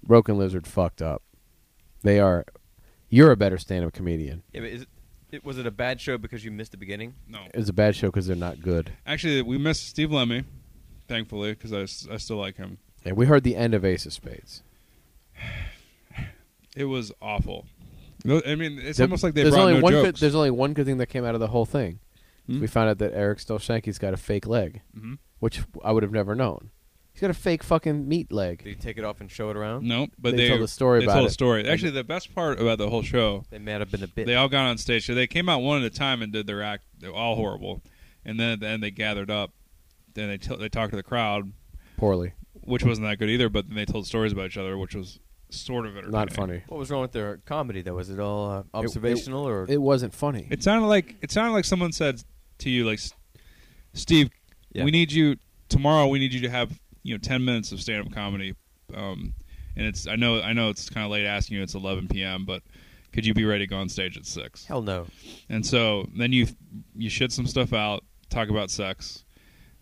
Broken Lizard fucked up. They are. You're a better stand-up comedian.
Yeah, but is it, it was it a bad show because you missed the beginning?
No.
It was a bad show because they're not good.
Actually, we missed Steve Lemmy, thankfully, because I, s- I still like him.
And we heard the end of Ace of Spades.
It was awful. No, I mean, it's almost like they
there's
brought
only
no
one Good,
jokes.
there's only one good thing that came out of the whole thing.
Hmm?
We found out that Eric Stolshanky's got a fake leg,
Mhm.
which I would have never known. He's got a fake fucking meat leg.
Did you take it off and show it around?
No, but
They
they,
told a story
they
about
told
it.
a story. Actually, the best part about the whole show,
They might have been a bit.
they all got on stage. So they came out one at a time and did their act. They were all horrible, and then at the end they gathered up. Then they t- they talked to the crowd,
Poorly,
which wasn't that good either. But then they told stories about each other, which was sort of entertaining.
not funny.
what was wrong with their comedy though? Was it all uh, observational or
It wasn't funny.
It sounded like it sounded like someone said to you, like, Steve,
Yeah.
we need you tomorrow. We need you to have you know ten minutes of stand up comedy. Um, and it's I know I know it's kind of late asking you. It's eleven p.m. But could you be ready to go on stage at six?
hell no?
And so then you you shit some stuff out, talk about sex,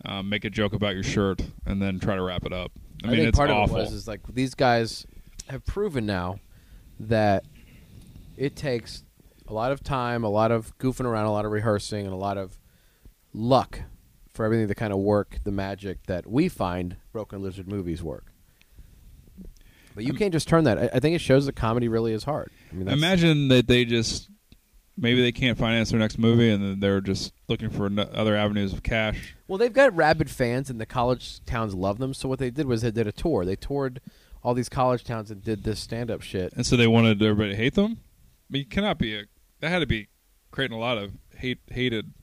um, make a joke about your shirt, and then try to wrap it up. I, mean,
think
it's
part
awful.
of it was is like these guys have proven now that it takes a lot of time, a lot of goofing around, a lot of rehearsing, and a lot of luck for everything to kind of work the magic that we find Broken Lizard movies work. But you
Um,
can't just turn that. I, I think it shows that comedy really is hard. I mean, that's,
Imagine that they just maybe they can't finance their next movie, and then they're just looking for no- other avenues of cash.
Well, they've got rabid fans, and the college towns love them. So what they did was they did a tour. They toured all these college towns and did this stand-up shit.
And so they wanted everybody to hate them. But you cannot be a that had to be creating a lot of hate, hated,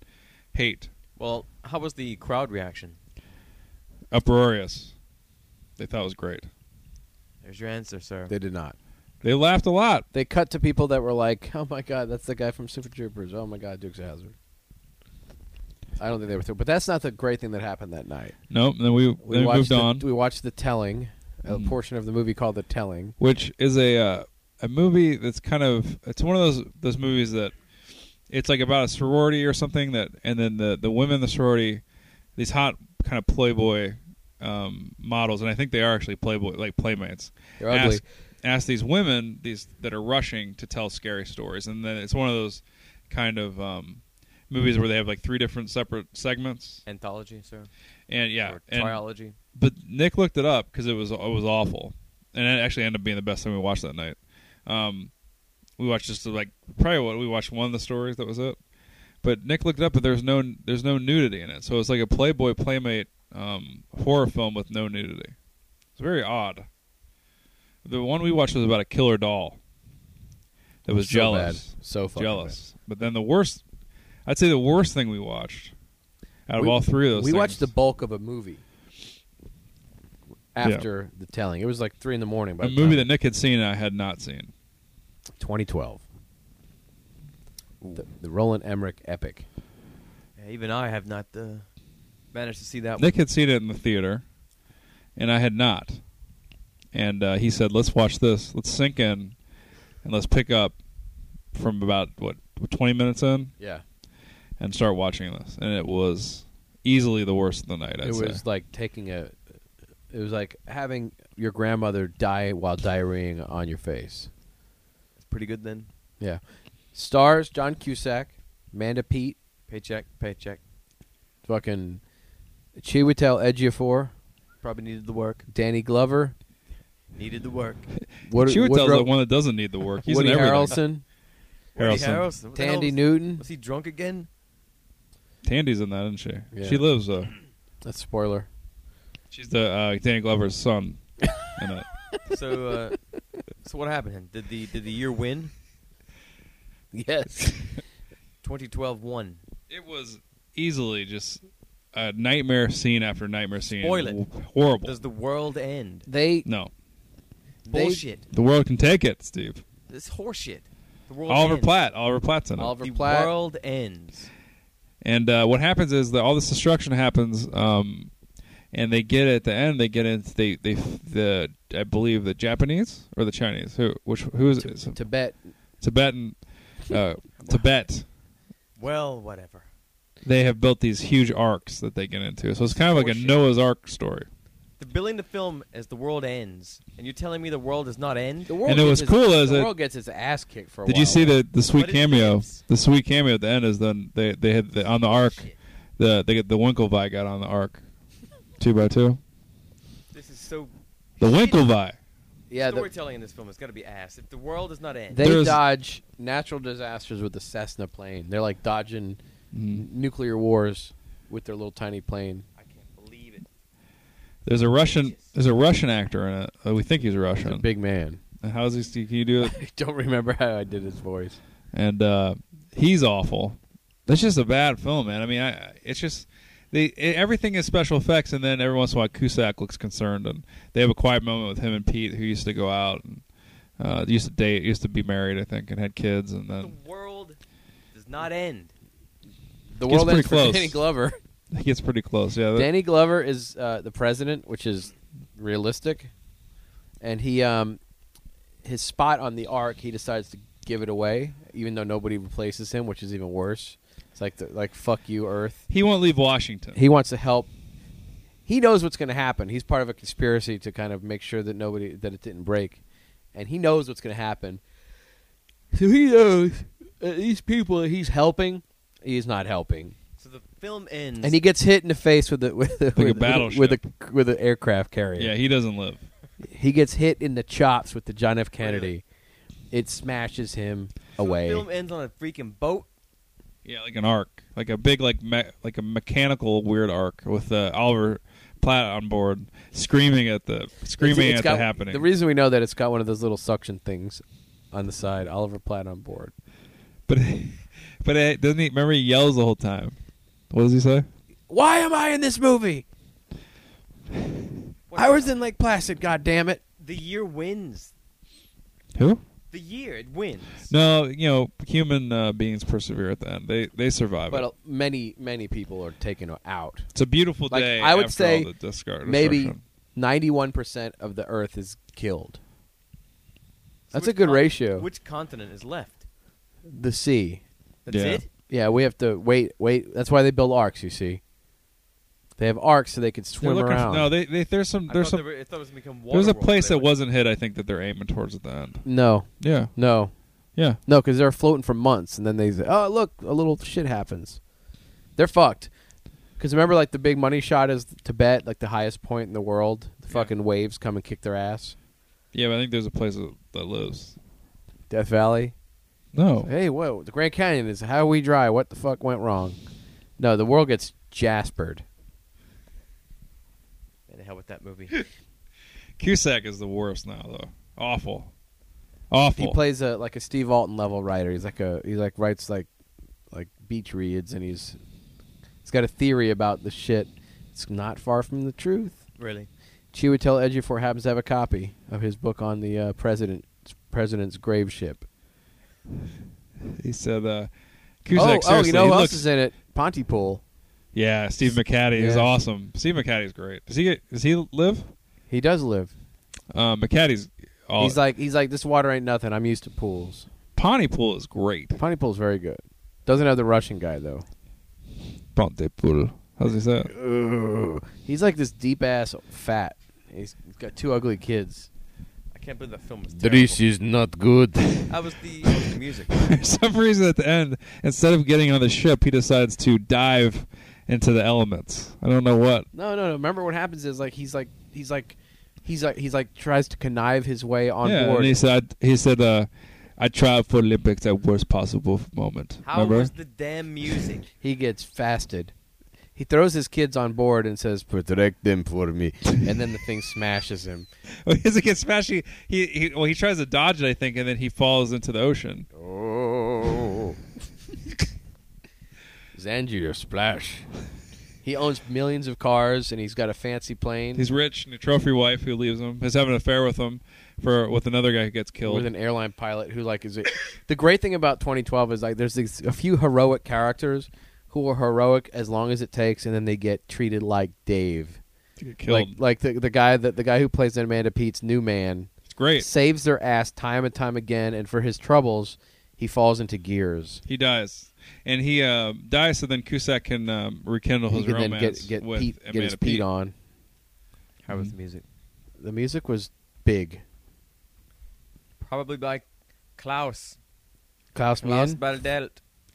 hate,
Well, how was the crowd reaction?
uproarious. They thought it was great.
There's your answer, sir.
They did not.
They laughed a lot.
They cut to people that were like, "Oh my god, that's the guy from Super Troopers." Oh my god, Dukes of Hazard. I don't think they were through, but that's not the great thing that happened that night.
Nope. Then we,
We
then we
watched
moved
the,
on,
We watched the telling, a
Mm.
portion of the movie called the telling.
which is a uh, a movie that's kind of it's one of those those movies that it's like about a sorority or something that, and then the the women in the sorority, these hot kind of playboy um, models, and I think they are actually playboy like playmates.
They're ugly.
ask, ask these women these that are rushing to tell scary stories and then it's one of those kind of um, movies where they have like three different separate segments
Anthology, sir.
and yeah
Or
and-
triology.
but nick looked it up because it was it was awful and it actually ended up being the best thing we watched that night um, we watched just like probably what we watched one of the stories that was it but nick looked it up but there's no there's no nudity in it so it's like a playboy playmate um, horror film with no nudity it's very odd the one we watched was about a killer doll that was
so
jealous
bad. so fucking
jealous but then the worst i'd say the worst thing we watched out of
We-
all three of
bad.
those
We
things,
watched the bulk of a movie
Yeah.
after the telling. It was like three in the morning. By
a
the
movie
time-
that nick had seen and i had not seen
2012. The, the Roland Emmerich epic.
Yeah, even I have not uh, managed to see that
Nick had seen it in the theater, and I had not. And uh, he said, "Let's watch this. Let's sink in, and let's pick up from about what twenty minutes in,
Yeah,
and start watching this." And it was easily the worst of the night. I'd
it
say.
was like taking a. It was like having your grandmother die while diarrheaing on your face.
It's pretty good then.
Yeah, stars John Cusack, Amanda Pete,
Paycheck, paycheck.
fucking Chiwetel Ejiofor,
Probably needed the work.
Danny Glover,
Needed the work.
Wood-
She would tell
Woodrow,
the one that doesn't need the work. He's
Woody
in everything.
Harrelson,
Woody
Harrelson.
Harrelson. What the hell
Tandy
was-
Newton.
Was he drunk again?
Tandy's in that, isn't she?
Yeah.
She lives though.
That's a spoiler.
She's the uh, Danny Glover's son. in it.
So, uh, so what happened? Then? Did the did the year win?
Yes.
2012 won.
It was easily just a nightmare scene after nightmare scene.
Spoil it.
W- Horrible.
Does the world end?
they
no.
They-
Bullshit.
The world can take it, Steve.
This horseshit. The world
Oliver
ends.
Platt. Oliver Platt's in
Oliver
it.
The
Platt.
world ends.
And uh, what happens is that all this destruction happens, um, and they get at the end. They get into they they the I believe the Japanese or the Chinese who which who is it?
Tibet.
Tibetan uh, Tibet.
Well, whatever.
They have built these huge arcs that they get into. So it's kind of like a
Horseshit.
Noah's Ark story.
They're billing the film as the world ends, and you're telling me the world does not end?
The world
And it
gets
was
its-
cool as
the
it-
world gets its ass kicked for a while.
Did you see the the sweet
But it
cameo?
lives.
The sweet cameo at the end is then they they had the, on the arc, the they get the Winklevi got on the arc, two by two.
This is so
The
Shit.
Winklevi.
Yeah, the,
storytelling in this film has got to be ass. If the world does not end,
They
There's-
dodge natural disasters with the Cessna plane. They're like dodging
Mm.
n- nuclear wars with their little tiny plane.
I can't believe it.
There's a Russian. There's a Russian actor in it. Uh, we think he's
He's a
Russian.
big man.
How's he? Steve? Can you do it?
I don't remember how I did his voice.
and uh, he's awful. That's just a bad film, man. I mean, I, it's just they i everything is special effects, and then every once in a while Cusack looks concerned, and they have a quiet moment with him and Pete, who used to go out and uh, used to date, used to be married, I think, and had kids, and
The
then
world does not end.
The
Gets
world
pretty
ends for
close. Uh,
Danny Glover.
it gets pretty close. Yeah, that-
Danny Glover is uh, the president, which is realistic, and he um, his spot on the arc. He decides to give it away, even though nobody replaces him, which is even worse. It's like the, like fuck you, Earth.
he won't leave Washington.
he wants to help. He knows what's going to happen. He's part of a conspiracy to kind of make sure that nobody that it didn't break, and he knows what's going to happen. So he knows uh, these people that he's helping. He's not helping,
So the film ends.
and he gets hit in the face with the with the,
a
with,
battleship.
with the with the aircraft carrier.
yeah, he doesn't live.
he gets hit in the chops with the John
Oh,
F. Kennedy. It smashes him
so
away.
The film ends on a freaking boat.
Yeah, like an arc, like a big, like me- like a mechanical weird arc with uh, Oliver Platt on board, screaming at the
It's-
screaming
it's
at
got-
the happening.
The reason we know that it's got one of those little suction things on the side. Oliver Platt on board.
But but it, doesn't he remember he yells the whole time? What does he say?
Why am I in this movie?
What
I was in Lake Placid, God damn it!
the year wins.
Who?
The year it wins.
No, you know, human uh, beings persevere at that. They they survive.
But
it.
uh, many many people are taken out.
It's a beautiful
like,
day.
I would
after
say
all the discard
Maybe
destruction.
ninety one percent of the Earth is killed.
So
That's
which
a good
con-
ratio.
Which continent is left?
the sea.
That's
Yeah.
it.
Yeah, we have to wait. Wait, that's why they build arcs. You see, they have arcs so they can
They're
swim
looking for-
around.
no, they, they there's some
I
there's
thought
some
they were- I thought it was gonna become
there's a
Waterworld,
place
but
that
they went-
wasn't hit. I think that they're aiming towards at the end.
no,
Yeah,
no,
yeah.
no, because they're floating for months, and then they say, "Oh, look, a little shit happens." They're fucked. Because remember, like the big money shot is Tibet, like the highest point in the world. The
Yeah.
fucking waves come and kick their ass.
Yeah, but I think there's a place that, that lives.
Death Valley.
No.
Hey, whoa! The Grand Canyon is how we dry. What the fuck went wrong? No, the world gets jaspered.
Man, the hell with that movie.
Cusack is the worst now, though. Awful. Awful.
He plays a like a Steve Alton level writer. He's like a he like writes like like beach reads, and he's he's got a theory about the shit. It's not far from the truth.
really?
Chiwetel Ejiofor happens to have a copy of his book on the uh, president president's grave ship.
he said, uh,
Oh,
Cusack,
oh,
seriously,
you know
he
who else
looks,
is in it? Pontypool.
Yeah, Steve McCaddy is
Yeah.
awesome. Steve McCaddy's great. Does he get, does he live?
He does live.
Uh, McCaddy's all.
He's like he's like this water ain't nothing. I'm used to pools.
Pontypool is great.
Pontypool's very good. Doesn't have the Russian guy though.
Pontypool. How's he say? it?
He's like this deep ass fat. He's got two ugly kids.
I can't believe that film was terrible.
This is not good.
I was the, I was the music.
For some reason, at the end, instead of getting on the ship, he decides to dive into the elements. I don't know what.
No, no, no. Remember what happens is like he's like he's like he's like he's like tries to connive his way on
yeah,
board.
and he said, he said, uh, I tried for Olympics at worst possible moment.
How
Remember?
was the damn music?
he gets fasted. He throws his kids on board and says, "Protect them for me," and then the thing smashes him.
Well, he doesn't get smashed. He, he, he, well, he tries to dodge it, I think, and then he falls into the ocean.
Oh, Zangier splash. He owns millions of cars and he's got a fancy plane
He's rich and a trophy wife who leaves him. He's having an affair with him for with another guy who gets killed.
with an airline pilot who like is. the great thing about 2012 is like there's these, a few heroic characters who are heroic as long as it takes, and then they get treated like Dave.
to get
Like
killed.
like the the guy that the guy who plays Amanda Pete's new man
it's great.
saves their ass time and time again, and for his troubles, he falls into gears.
He dies, and he uh, dies so then Cusack can um, rekindle
He
his
can then
romance
get get
with
Pete,
Amanda Hmm.
get his Pete on.
How was the music?
The music was big.
Probably by Klaus.
Klaus
Klaus
Meehan?
Badelt.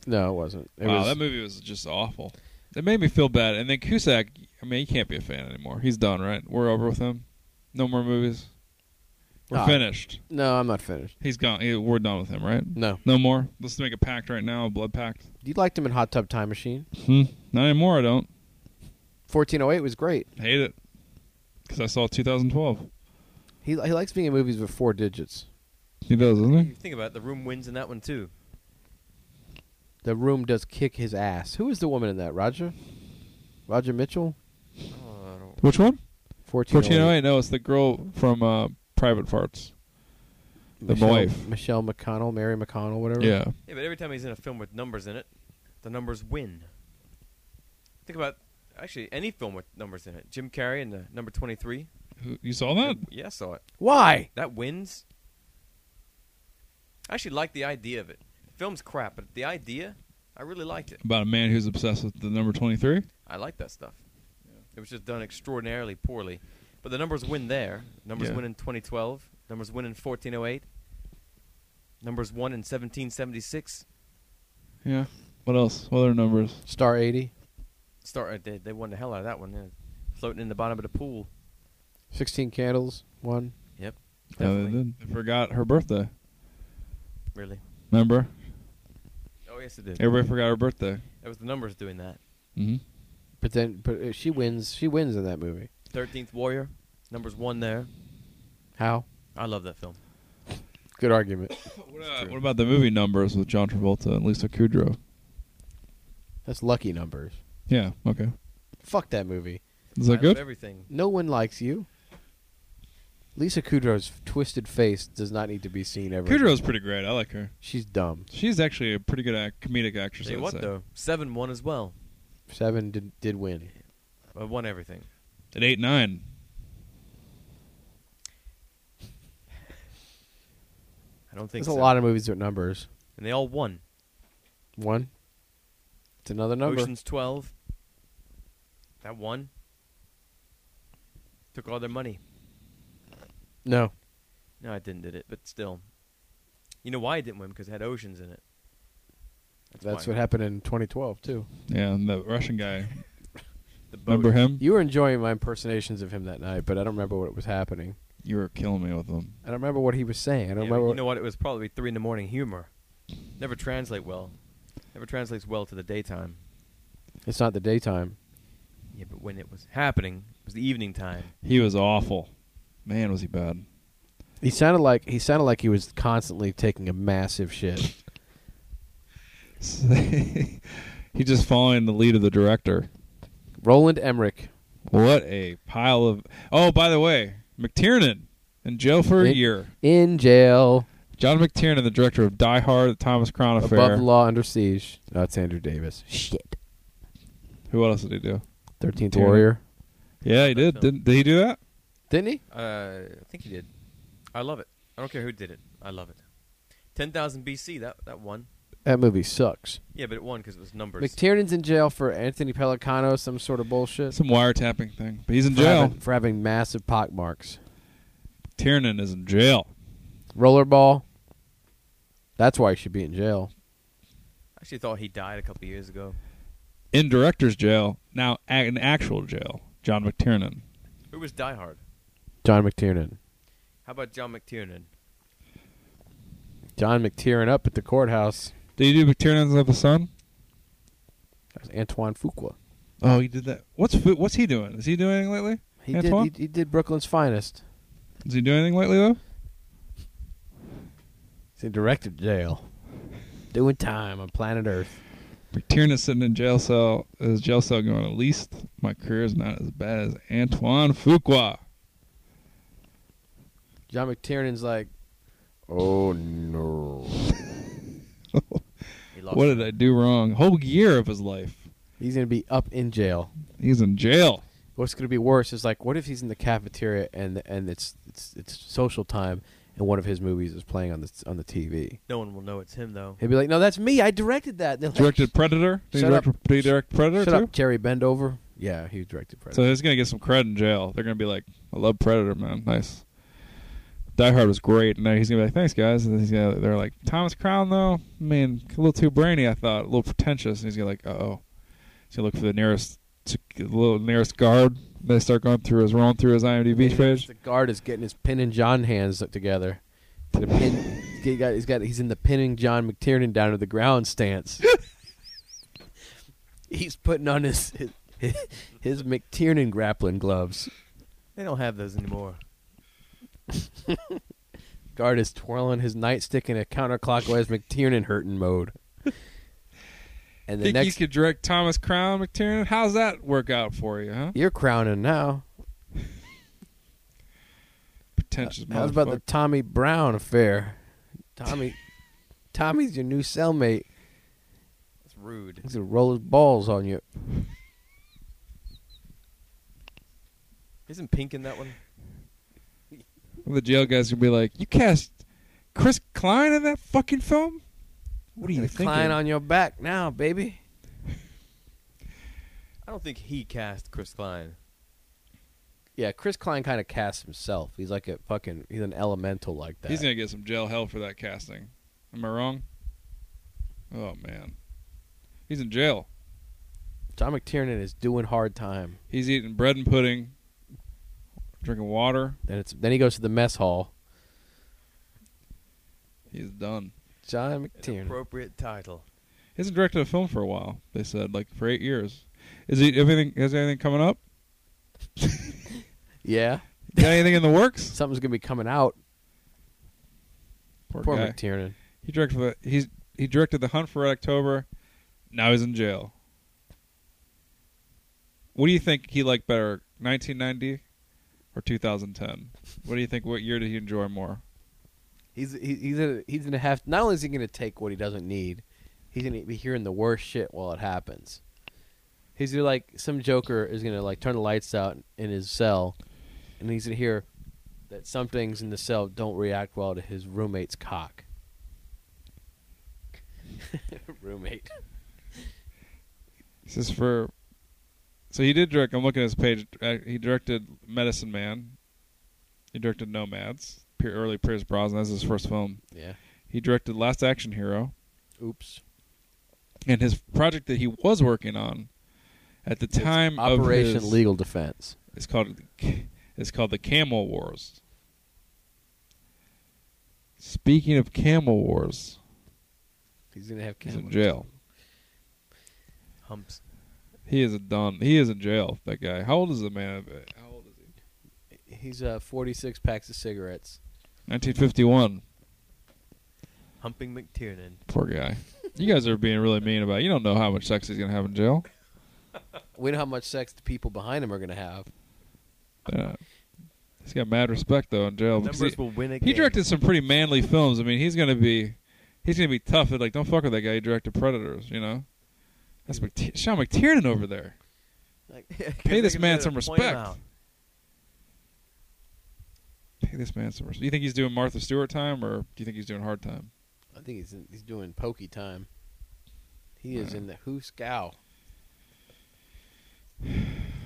No, it wasn't. It
Wow,
was
that movie was just awful. It made me feel bad. And then Cusack, I mean, he can't be a fan anymore. He's done, right? We're over with him. No more movies. We're
Ah.
finished.
no. I'm not finished.
He's gone. He- We're done with him, right?
No,
No more. Let's make a pact right now, a blood pact.
you liked him in Hot Tub Time Machine.
Hmm. Not anymore. I don't
1408 was great.
hate it because I saw 2012.
He he likes being in movies with four digits.
He does, doesn't
You
he?
think about it, the room wins in that one too.
The room does kick his ass. Who is the woman in that? Roger, Roger Mitchell.
Oh, I don't-
Which one?
1408.
1408. No, it's the girl from uh, Private Parts. The
Michelle,
wife.
Michelle McConnell, Mary McConnell, whatever.
Yeah.
Yeah, but every time he's in a film with numbers in it, the numbers win. Think about actually any film with numbers in it. Jim Carrey in the number twenty three.
Who- You saw that?
Yeah, I saw it.
Why?
That wins. I actually like the idea of it. film's crap, but the idea, I really liked it.
About a man who's obsessed with the number 23?
I like that stuff. It was just done extraordinarily poorly. But the numbers win there. Numbers
Yeah.
win in 2012. Numbers win in 1408. Numbers won in 1776.
Yeah. What else? What other numbers?
Star 80,
Start, uh, they, they won the hell out of that one. Yeah. Floating in the bottom of the pool.
16 Candles, one.
Yep.
Yeah, they
Definitely.
did. They forgot her birthday.
Really?
Remember?
Oh, yes, it did.
Everybody forgot her birthday.
It was the numbers doing that.
Mm-hmm.
But then, but uh, she wins. She wins in that movie.
13th Warrior. Numbers won there.
How?
I love that film.
Good argument.
What, uh, what about the movie numbers with John Travolta and Lisa Kudrow?
That's lucky numbers.
Yeah. Okay.
Fuck that movie.
Is that
I love
good?
everything.
No one likes you. Lisa Kudrow's twisted face does not need to be seen ever. again.
Kudrow's pretty great. I like her.
She's dumb.
She's actually a pretty good act- comedic actress.
Say
I'd
what
say.
though? Seven one as well.
Seven did, did win.
I won everything.
At eight nine.
I don't think
There's a
so.
lot of movies with numbers.
and they all won.
One. It's another number.
Ocean's Twelve. That one. Took all their money.
No.
No, it didn't did it, but still. You know why it didn't win? Because it had oceans in it.
That's
why.
what happened in 2012 too.
Yeah, and the Russian guy.
The boat.
Remember him?
You were enjoying my impersonations of him that night, but I don't remember what was happening.
You were killing me with them.
I don't remember what he was saying. I
Yeah,
don't
but
remember.
you know what? It was probably three in the morning humor. Never translate well. Never translates well to the daytime.
It's not the daytime.
Yeah, but when it was happening, it was the evening time.
He was awful. Man, was he bad.
He sounded like he sounded like he was constantly taking a massive shit.
he just following the lead of the director.
Roland Emmerich,
What a pile of. Oh, by the way, McTiernan in jail for a
Nick-
year.
in jail,
John McTiernan, the director of Die Hard, The Thomas Crown Affair.
above the law, under siege. No, it's Andrew Davis. Shit.
Who else did he do?
Thirteenth
Tarantino.
Warrior.
Yeah, he did. Did, did he do that?
Didn't he?
Uh, I think he did. I love it. I don't care who did it. I love it. 10,000 BC, that, that won.
That movie sucks.
Yeah, but it won because it was numbers.
McTiernan's in jail for Anthony Pelicano, some sort of bullshit.
Some wiretapping thing. But he's in
for
jail.
having, for having massive pock marks.
Tiernan is in jail.
Rollerball. That's why he should be in jail.
I actually thought he died a couple years ago.
In director's jail. Now a- in actual jail. John McTiernan.
Who was Die Hard?
John McTiernan.
How about John McTiernan?
John McTiernan up at the courthouse.
Did he do McTiernan's of the Sun?
That's Antoine Fuqua.
Oh, he did that. What's Fu- what's he doing? Is he doing anything lately?
He
Antoine?
did. He, he did Brooklyn's finest.
Is he doing anything lately though?
He's in directed jail, doing time on planet Earth.
McTiernan's sitting in jail cell. His jail cell going. At least my career's not as bad as Antoine Fuqua.
John McTiernan's like, oh no.
He lost
What did I do wrong? Whole year of his life.
He's gonna be up in jail.
He's in jail.
What's gonna be worse is like, what if he's in the cafeteria and and it's it's it's social time and one of his movies is playing on the on the TV.
No one will know it's him, though.
He'd be like, no, that's me. I directed that. They're like,
Directed Predator. Did he,
Shut up.
direct, did he direct Predator
Shut
too?
up, Jerry Bendover. Yeah, he directed
So
Predator.
he's gonna get some credit in jail. They're gonna be like, "I love Predator, man. Nice." Die Hard was great, and then he's gonna be like, "Thanks, guys." And he's gonna, they're like, "Thomas Crown, though, I mean, a little too brainy, I thought, a little pretentious." And he's gonna like, "Uh oh." He's gonna look for the nearest, sec- little nearest guard. They start going through his, rolling through his IMDb page.
the guard is getting his pin and John hands together. The pin, he got, he's got he's in the pinning John McTiernan down to the ground stance. he's putting on his his, his McTiernan grappling gloves.
They don't have those anymore.
Guard is twirling his nightstick in a counterclockwise McTiernan hurting mode. And the
Think
next
you could direct Thomas Crown, McTiernan? How's that work out for you, huh?
you're crowning now.
Pretentious.
How's about the
motherfucker.
Tommy Brown affair? Tommy, Tommy's your new cellmate.
That's rude.
He's gonna roll his balls on you.
Isn't Pink in that one?
the jail guys gonna be like, "You cast Chris Klein in that fucking film? What are you
Gonna
thinking?"
Climb on your back now, baby.
I don't think he cast Chris Klein.
Yeah, Chris Klein kind of casts himself. He's like a fucking. He's an elemental like that.
He's gonna get some jail hell for that casting. Am I wrong? Oh man, he's in jail.
John McTiernan is doing hard time.
He's eating bread and pudding, drinking water.
Then it's then he goes to the mess hall.
He's done.
John
An
McTiernan.
appropriate title.
He hasn't directed a film for a while. They said like for eight years. Is he everything? Has anything coming up?
Yeah,
Got anything in the works?
something's gonna be coming out.
Poor,
Poor
guy.
McTiernan.
He directed. The, he's he directed the Hunt for Red October. Now he's in jail. What do you think he liked better, 1990 or 2010? What do you think? What year did he enjoy more?
He's he, he's gonna, he's gonna have. Not only is he gonna take what he doesn't need, he's gonna be hearing the worst shit while it happens. He's gonna like some joker is gonna like turn the lights out in his cell, and he's gonna hear that some things in the cell don't react well to his roommate's cock. Roommate.
This is for. So he did direct. I'm looking at his page. uh, He directed Medicine Man. He directed Nomads. Pier- Early Pierce Brosnan. That's his first film.
Yeah.
He directed Last Action Hero.
Oops.
And his project that he was working on at the time Mm, of
Operation
his-
Legal Defense.
It's called it's called the Camel Wars. Speaking of Camel Wars,
He's gonna have
he's
camera.
in jail.
Humps.
He is a don. He is in jail. That guy. How old is the man? How old is he?
He's uh, 46 packs of cigarettes.
1951.
Humping McTiernan.
Poor guy. You guys are being really mean about. It. You don't know how much sex he's gonna have in jail.
We know how much sex the people behind him are gonna have.
Uh, he's got mad respect though in jail. because
Numbers
he,
will win a
Oh, he
game.
directed some pretty manly films. I mean, he's gonna be, he's gonna be tough. Like, don't fuck with that guy. He directed Predators. You know, that's McT- Sean McTiernan over there.
Like,
Pay this
They're
man
gonna
some
point
respect.
him out.
Pay this man some respect. You think he's doing Martha Stewart time, or do you think he's doing hard time?
I think he's in, he's doing pokey time. He is
Yeah.
in the who's cow.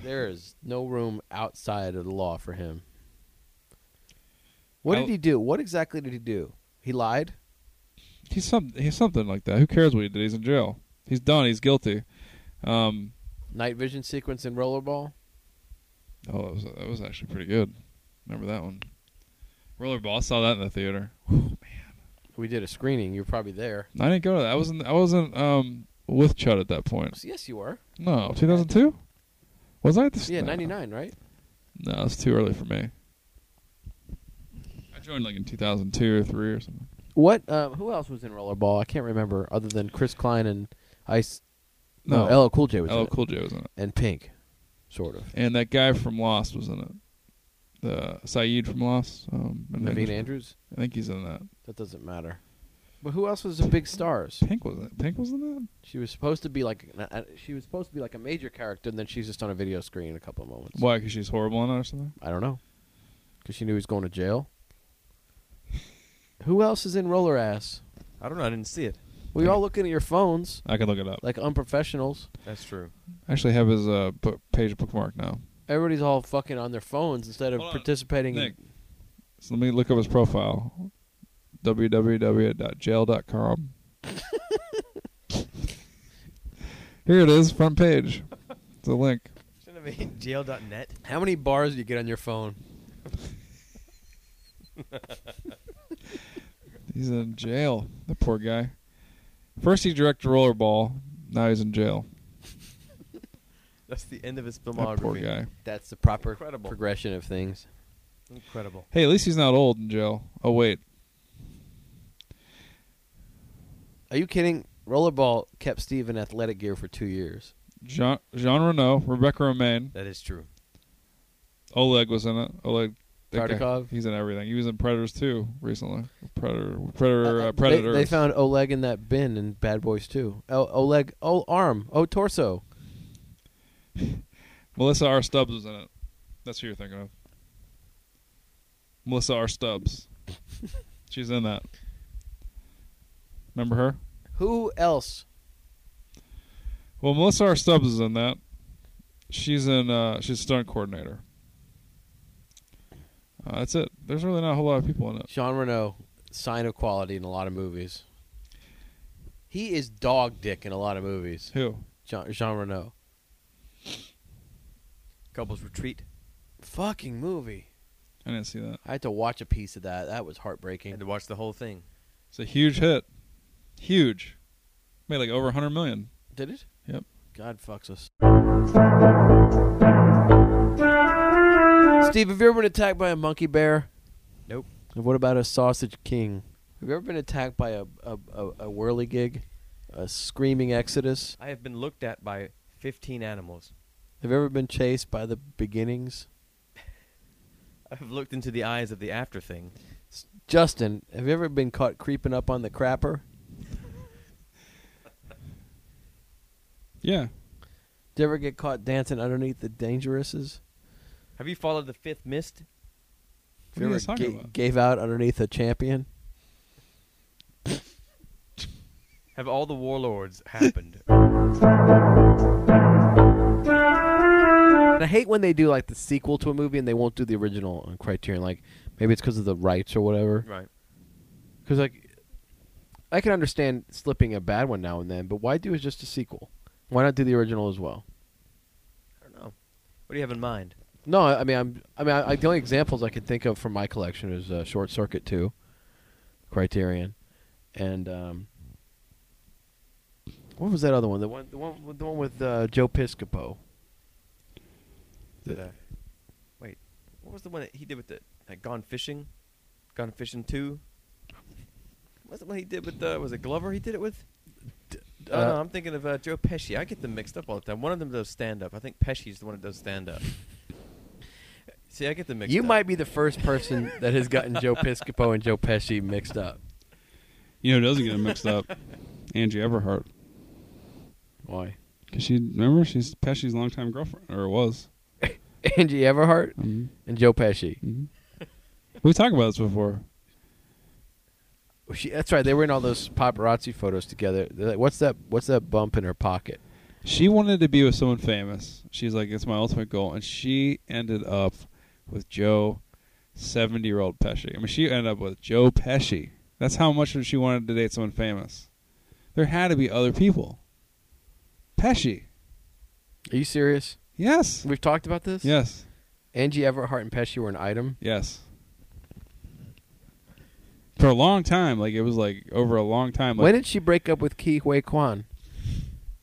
There is no room outside of the law for him. What
I'll-
did he do? What exactly did he do? He lied.
He's some, he's something like that. Who cares what he did? He's in jail. He's done. He's guilty. Um,
Night vision sequence in rollerball.
oh, that was that was actually pretty good. Remember that one? Rollerball. I saw that in the theater.
We did a screening. You're probably there.
I didn't go to that. I wasn't. I wasn't um, with Chud at that point.
So yes, you were.
No, 2002. Was I at the?
Yeah,
no.
99, right?
No, it's too early for me. I joined like in 2002 or three or something.
What? Um, who else was in rollerball? I can't remember. Other than Chris Klein and Ice. No,
No.
LL Cool J was in
LL
it.
Cool J was in it,
and Pink, sort of.
and that guy from Lost was in it. The Saeed from Lost. Um, I think-
Naveen Andrews.
I think he's in that.
That doesn't matter. But who else was the big stars?
Pink was in it. Pink was in that.
She was supposed to be like an- uh, she was supposed to be like a major character, and then she's just on a video screen in a couple of moments.
Why? Because she's horrible in it or something.
I don't know, because she knew he was going to jail. who else is in Roller Ass?
I don't know. I didn't see it.
Well, you're all looking at your phones
I can look it up.
like unprofessionals.
That's true.
I actually have his uh, book, page bookmarked now.
Everybody's all fucking on their phones instead of
Hold on,
participating.
Nick. So let me look up his profile. www.jail.com. Here it is, front page. It's a link.
Shouldn't it be jail.net?
In, how many bars do you get on your phone?
He's in jail. The poor guy. First he directed Rollerball. Now he's in jail.
That's the end of his filmography.
That poor guy.
That's the proper
Incredible.
progression of things.
Incredible.
Hey, at least he's not old in jail. Oh wait,
Are you kidding? Rollerball kept Steve in athletic gear for two years.
Jean Jean Reno, Rebecca Romaine,
That is true.
Oleg was in it. Oleg. that guy-
Kardikov?
He's in everything. He was in Predators too recently. Predator, Predator,
Uh,
uh,
uh,
Predator.
They, they found Oleg in that bin in Bad Boys 2. O- Oleg, oh arm, oh torso.
Melissa R. Stubbs was in it. That's who you're thinking of. Melissa R. Stubbs. She's in that. Remember her?
Who else?
Well, Melissa R. Stubbs is in that. She's in. Uh, she's stunt coordinator. Uh, that's it. There's really not a whole lot of people in it.
Jean Reno, sign of quality in a lot of movies. He is dog dick in a lot of movies.
Who?
Jean, Jean Reno.
Couples retreat.
Fucking movie.
I didn't see that.
I had to watch a piece of that. That was heartbreaking.
Had to watch the whole thing.
It's a huge hit. Huge. Made like over 100 million.
Did it?
Yep.
God fucks us. Steve, have you ever been attacked by a monkey bear?
Nope.
And what about a sausage king? Have you ever been attacked by a a, a, a whirligig? A screaming exodus?
I have been looked at by 15 animals.
Have you ever been chased by the beginnings?
I've looked into the eyes of the after thing.
Justin, have you ever been caught creeping up on the crapper?
Yeah.
Did you ever get caught dancing underneath the dangerouses?
Have you followed the fifth mist?
What are you guys
ever
talking
ga-
about?
gave out underneath a champion?
Have all the warlords happened?
And I hate when they do like the sequel to a movie and they won't do the original on Criterion. Like maybe it's because of the rights or whatever.
right.
Because like I can understand slipping a bad one now and then, but why do it just a sequel? Why not do the original as well?
I don't know. What do you have in mind?
No, I I mean, I'm, I mean, I, I, the only examples I could think of from my collection is uh, Short Circuit Two, Criterion, and um, what was that other one? The one, the one, with- the one with uh, Joe Piscopo.
Did I? Uh, Wait. What was the one that he did with the that Gone Fishing? Gone Fishing Two. What's the one he did with? Uh, was it Glover? He did it with. oh no,
uh,
I'm thinking of uh, Joe Pesci. I get them mixed up all the time. One of them does stand up. I think Pesci's the one that does stand up. See, I get them mixed.
You
up.
might be the first person that has gotten Joe Piscopo and Joe Pesci mixed up.
You know, who doesn't get them mixed up. Angie Everhart.
Why?
Cause she remember she's Pesci's longtime girlfriend, or was.
Angie Everhart
Mhm.
and Joe Pesci.
Mhm. we talked about this before.
She, that's right. They were in all those paparazzi photos together. They're like, what's that? What's that bump in her pocket?
She wanted to be with someone famous. She's like, it's my ultimate goal, and she ended up with Joe, seventy-year-old Pesci. I mean, she ended up with Joe Pesci. That's how much she wanted to date someone famous. There had to be other people. Pesci.
Are you serious?
Yes.
We've talked about this.
Yes.
Angie Everhart and Pesci were an item.
Yes. For a long time, like it was like over a long time. Like,
when did she break up with Ki Hui Kwan?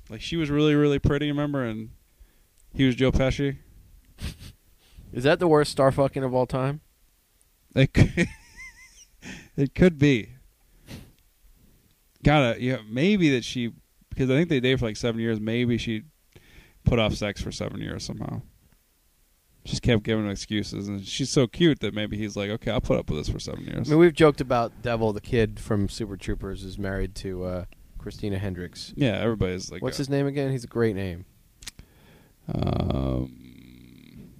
like she was really, really pretty, remember? And he was Joe Pesci.
Is that the worst star fucking of all time?
It could, it could be. Gotta yeah, maybe that she because I think they dated for like seven years. Maybe she put off sex for seven years somehow. Just kept giving excuses, and she's so cute that maybe he's like, okay, I'll put up with this for seven
I
years.
mean, we've joked about Devil, the kid from Super Troopers, is married to uh, Christina Hendricks.
yeah, everybody's like, uh,
What's his name again? He's a great name.
Um,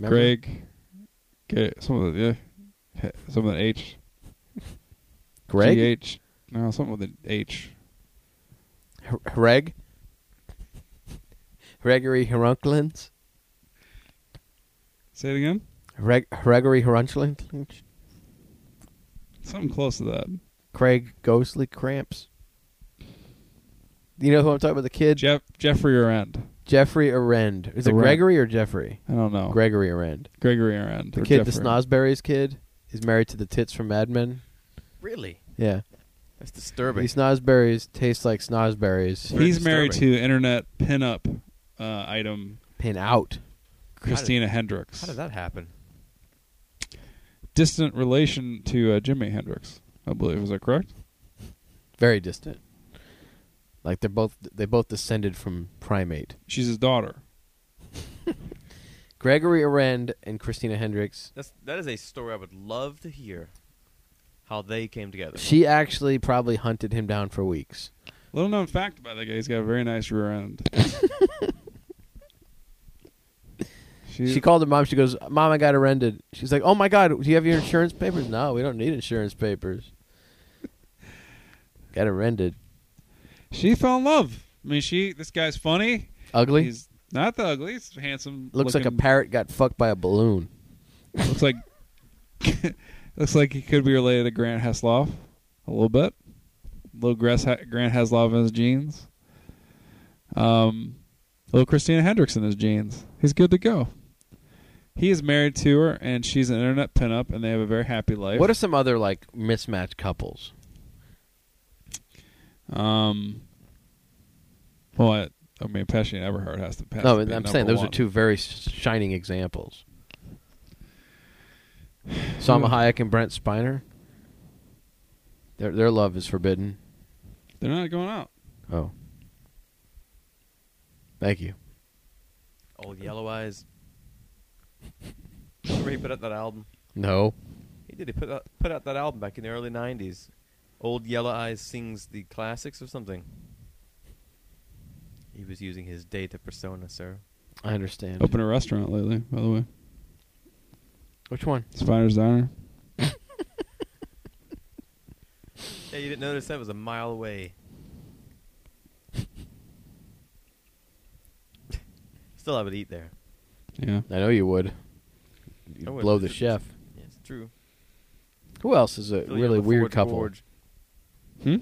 Remember?
Greg. Okay, some of the yeah, some of the H.
Greg.
G-H, no, something with an H.
H- Hreg. Gregory Herunklins.
Say it again.
Hreg- Gregory Herunklins.
Something close to that.
Craig Ghostly Cramps. You know who I'm talking about? The kid
Jeff Jeffrey Arend.
Jeffrey Arend. Is it
Arend.
Gregory or Jeffrey?
I don't know.
Gregory Arend.
Gregory Arend.
The
or
kid, the
Jeffrey.
Snosberries kid, is married to the tits from Mad Men.
Really?
Yeah.
That's disturbing.
These Snosberries taste like Snosberries.
He's married
disturbing.
to internet pinup uh, item
Pin out.
Christina Hendricks.
How did that happen?
Distant relation to uh, Jimi Hendrix, I believe. Is that correct?
Very distant. Like they're both they both descended from primate.
She's his daughter.
Gregory Arend and Christina Hendricks.
That's that is a story I would love to hear. How they came together.
She actually probably hunted him down for weeks.
Little known fact about that guy: he's got a very nice rear end. she,
She called her mom. She goes, "Mom, I got arrested." She's like, "Oh my god, do you have your insurance papers?" No, we don't need insurance papers. got arrested.
she fell in love. I mean, she. This guy's funny.
Ugly.
He's not the ugly. He's handsome.
Looks like a
looking-
parrot got fucked by a balloon.
Looks like looks like he could be related to Grant Heslov a little bit. Little Gres- Grant Heslov in his jeans. Um, little Christina Hendricks in his jeans. He's good to go. He is married to her, and she's an internet pinup, and they have a very happy life.
What are some other like mismatched couples?
um? Well, I, I mean, Pesci and Everhart has to pass.
no, I'm saying those are two very s- shining examples. Salma Hayek and Brent Spiner. Their their love is forbidden.
They're not going out.
Oh. Thank you.
Old yellow eyes. Remember he put out that album.
No.
He did. He put out, put out that album back in the early '90s. Old Yellow Eyes sings the classics or something. He was using his data persona, sir.
I understand.
Opened a restaurant lately, by the way.
Which one?
Spider's Diner.
Yeah, you didn't notice that was a mile away. Still, I would eat there.
Yeah.
I know you would. You'd
I would.
blow the chef.
Yeah, it's true.
Who else is a
Still, you're
really
on the
weird
Ford
couple?
Gorge.
Hmm.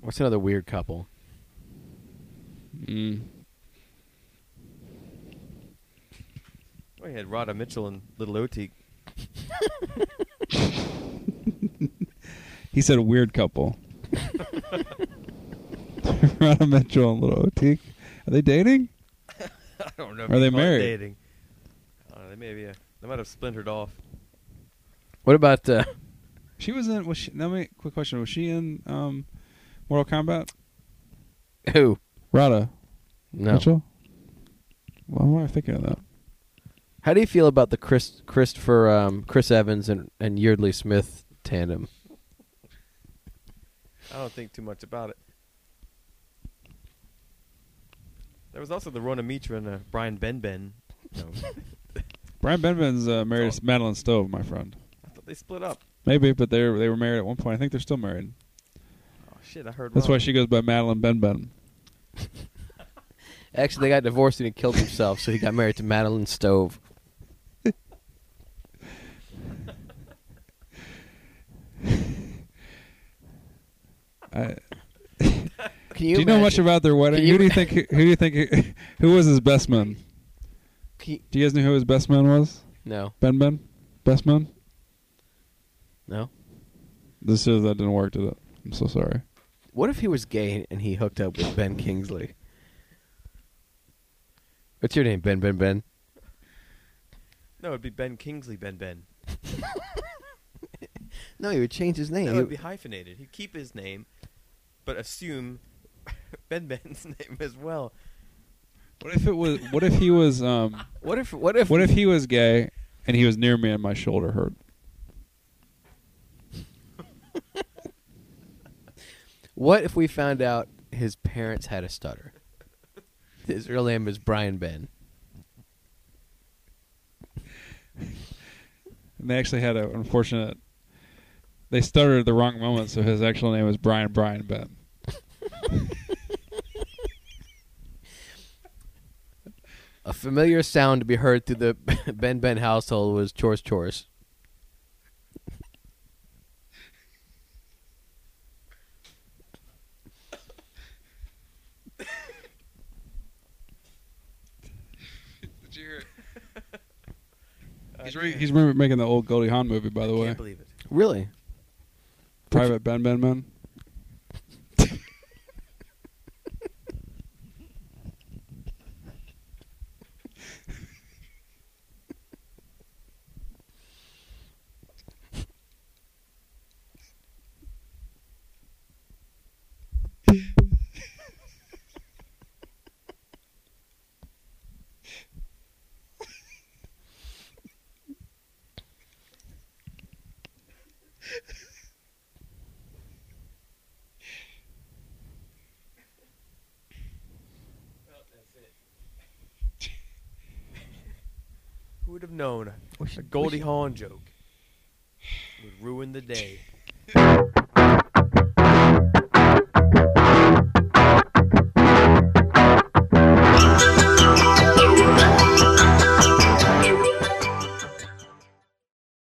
What's another weird couple?
Mm.
Oh, you had Rhoda Mitchell and Little Oteek.
He said a weird couple. Rhonda Mitchell and Little Oteek. Are they dating?
I don't know. if
Are
you
they
call it
married?
Dating. I don't know, they may be. uh, they might have splintered off.
What about uh,
She was in. Was she? Let me. Quick question. Was she in um, Mortal Kombat?
who?
Rada
No.
Mitchell. Why am I thinking of that?
How do you feel about the Chris Christopher um, Chris Evans and, and Yeardley Smith tandem?
I don't think too much about it. There was also the Rona Mitra and uh, Brian Benben. No,
Brian Benben's uh, married
Oh.
to Madeline Stove, my friend.
I thought they split up.
Maybe, but they were, they were married at one point. I think they're still married.
Oh shit! I heard.
That's why
wrong.
she goes by Madeline Benben.
Actually, they got divorced and he killed himself, so he got married to Madeline Stove.
I,
Can
do
you
you know much
imagine-
about their wedding?
Can you
Who do you think? Who do you think? Who was his best man?
can you-
Do you guys know who his best man was?
no,
Ben Ben, best man.
no.
This shows that didn't work, did it? I'm so sorry.
What if he was gay and he hooked up with Ben Kingsley? What's your name, Ben? Ben? Ben?
No, it'd be Ben Kingsley Benben.
No, he would change his name.
No, it'd be hyphenated. He'd keep his name, but assume Benben's name as well.
What if it was? What if he was? Um,
what if? What if?
what if he was gay and he was near me and my shoulder hurt?
What if we found out his parents had a stutter? His real name is Brian Ben.
And they actually had an unfortunate. They started at the wrong moment, so his actual name was Brian Brian Ben.
A familiar sound to be heard through the Ben Ben household was chores chores.
Did you hear? He's, re- he's re- making the old Goldie Hawn movie, by the
Can't
way.
believe it.
Really?
Private Ben Ben Ben.
Who would have known a Goldie Hawn joke would ruin the day?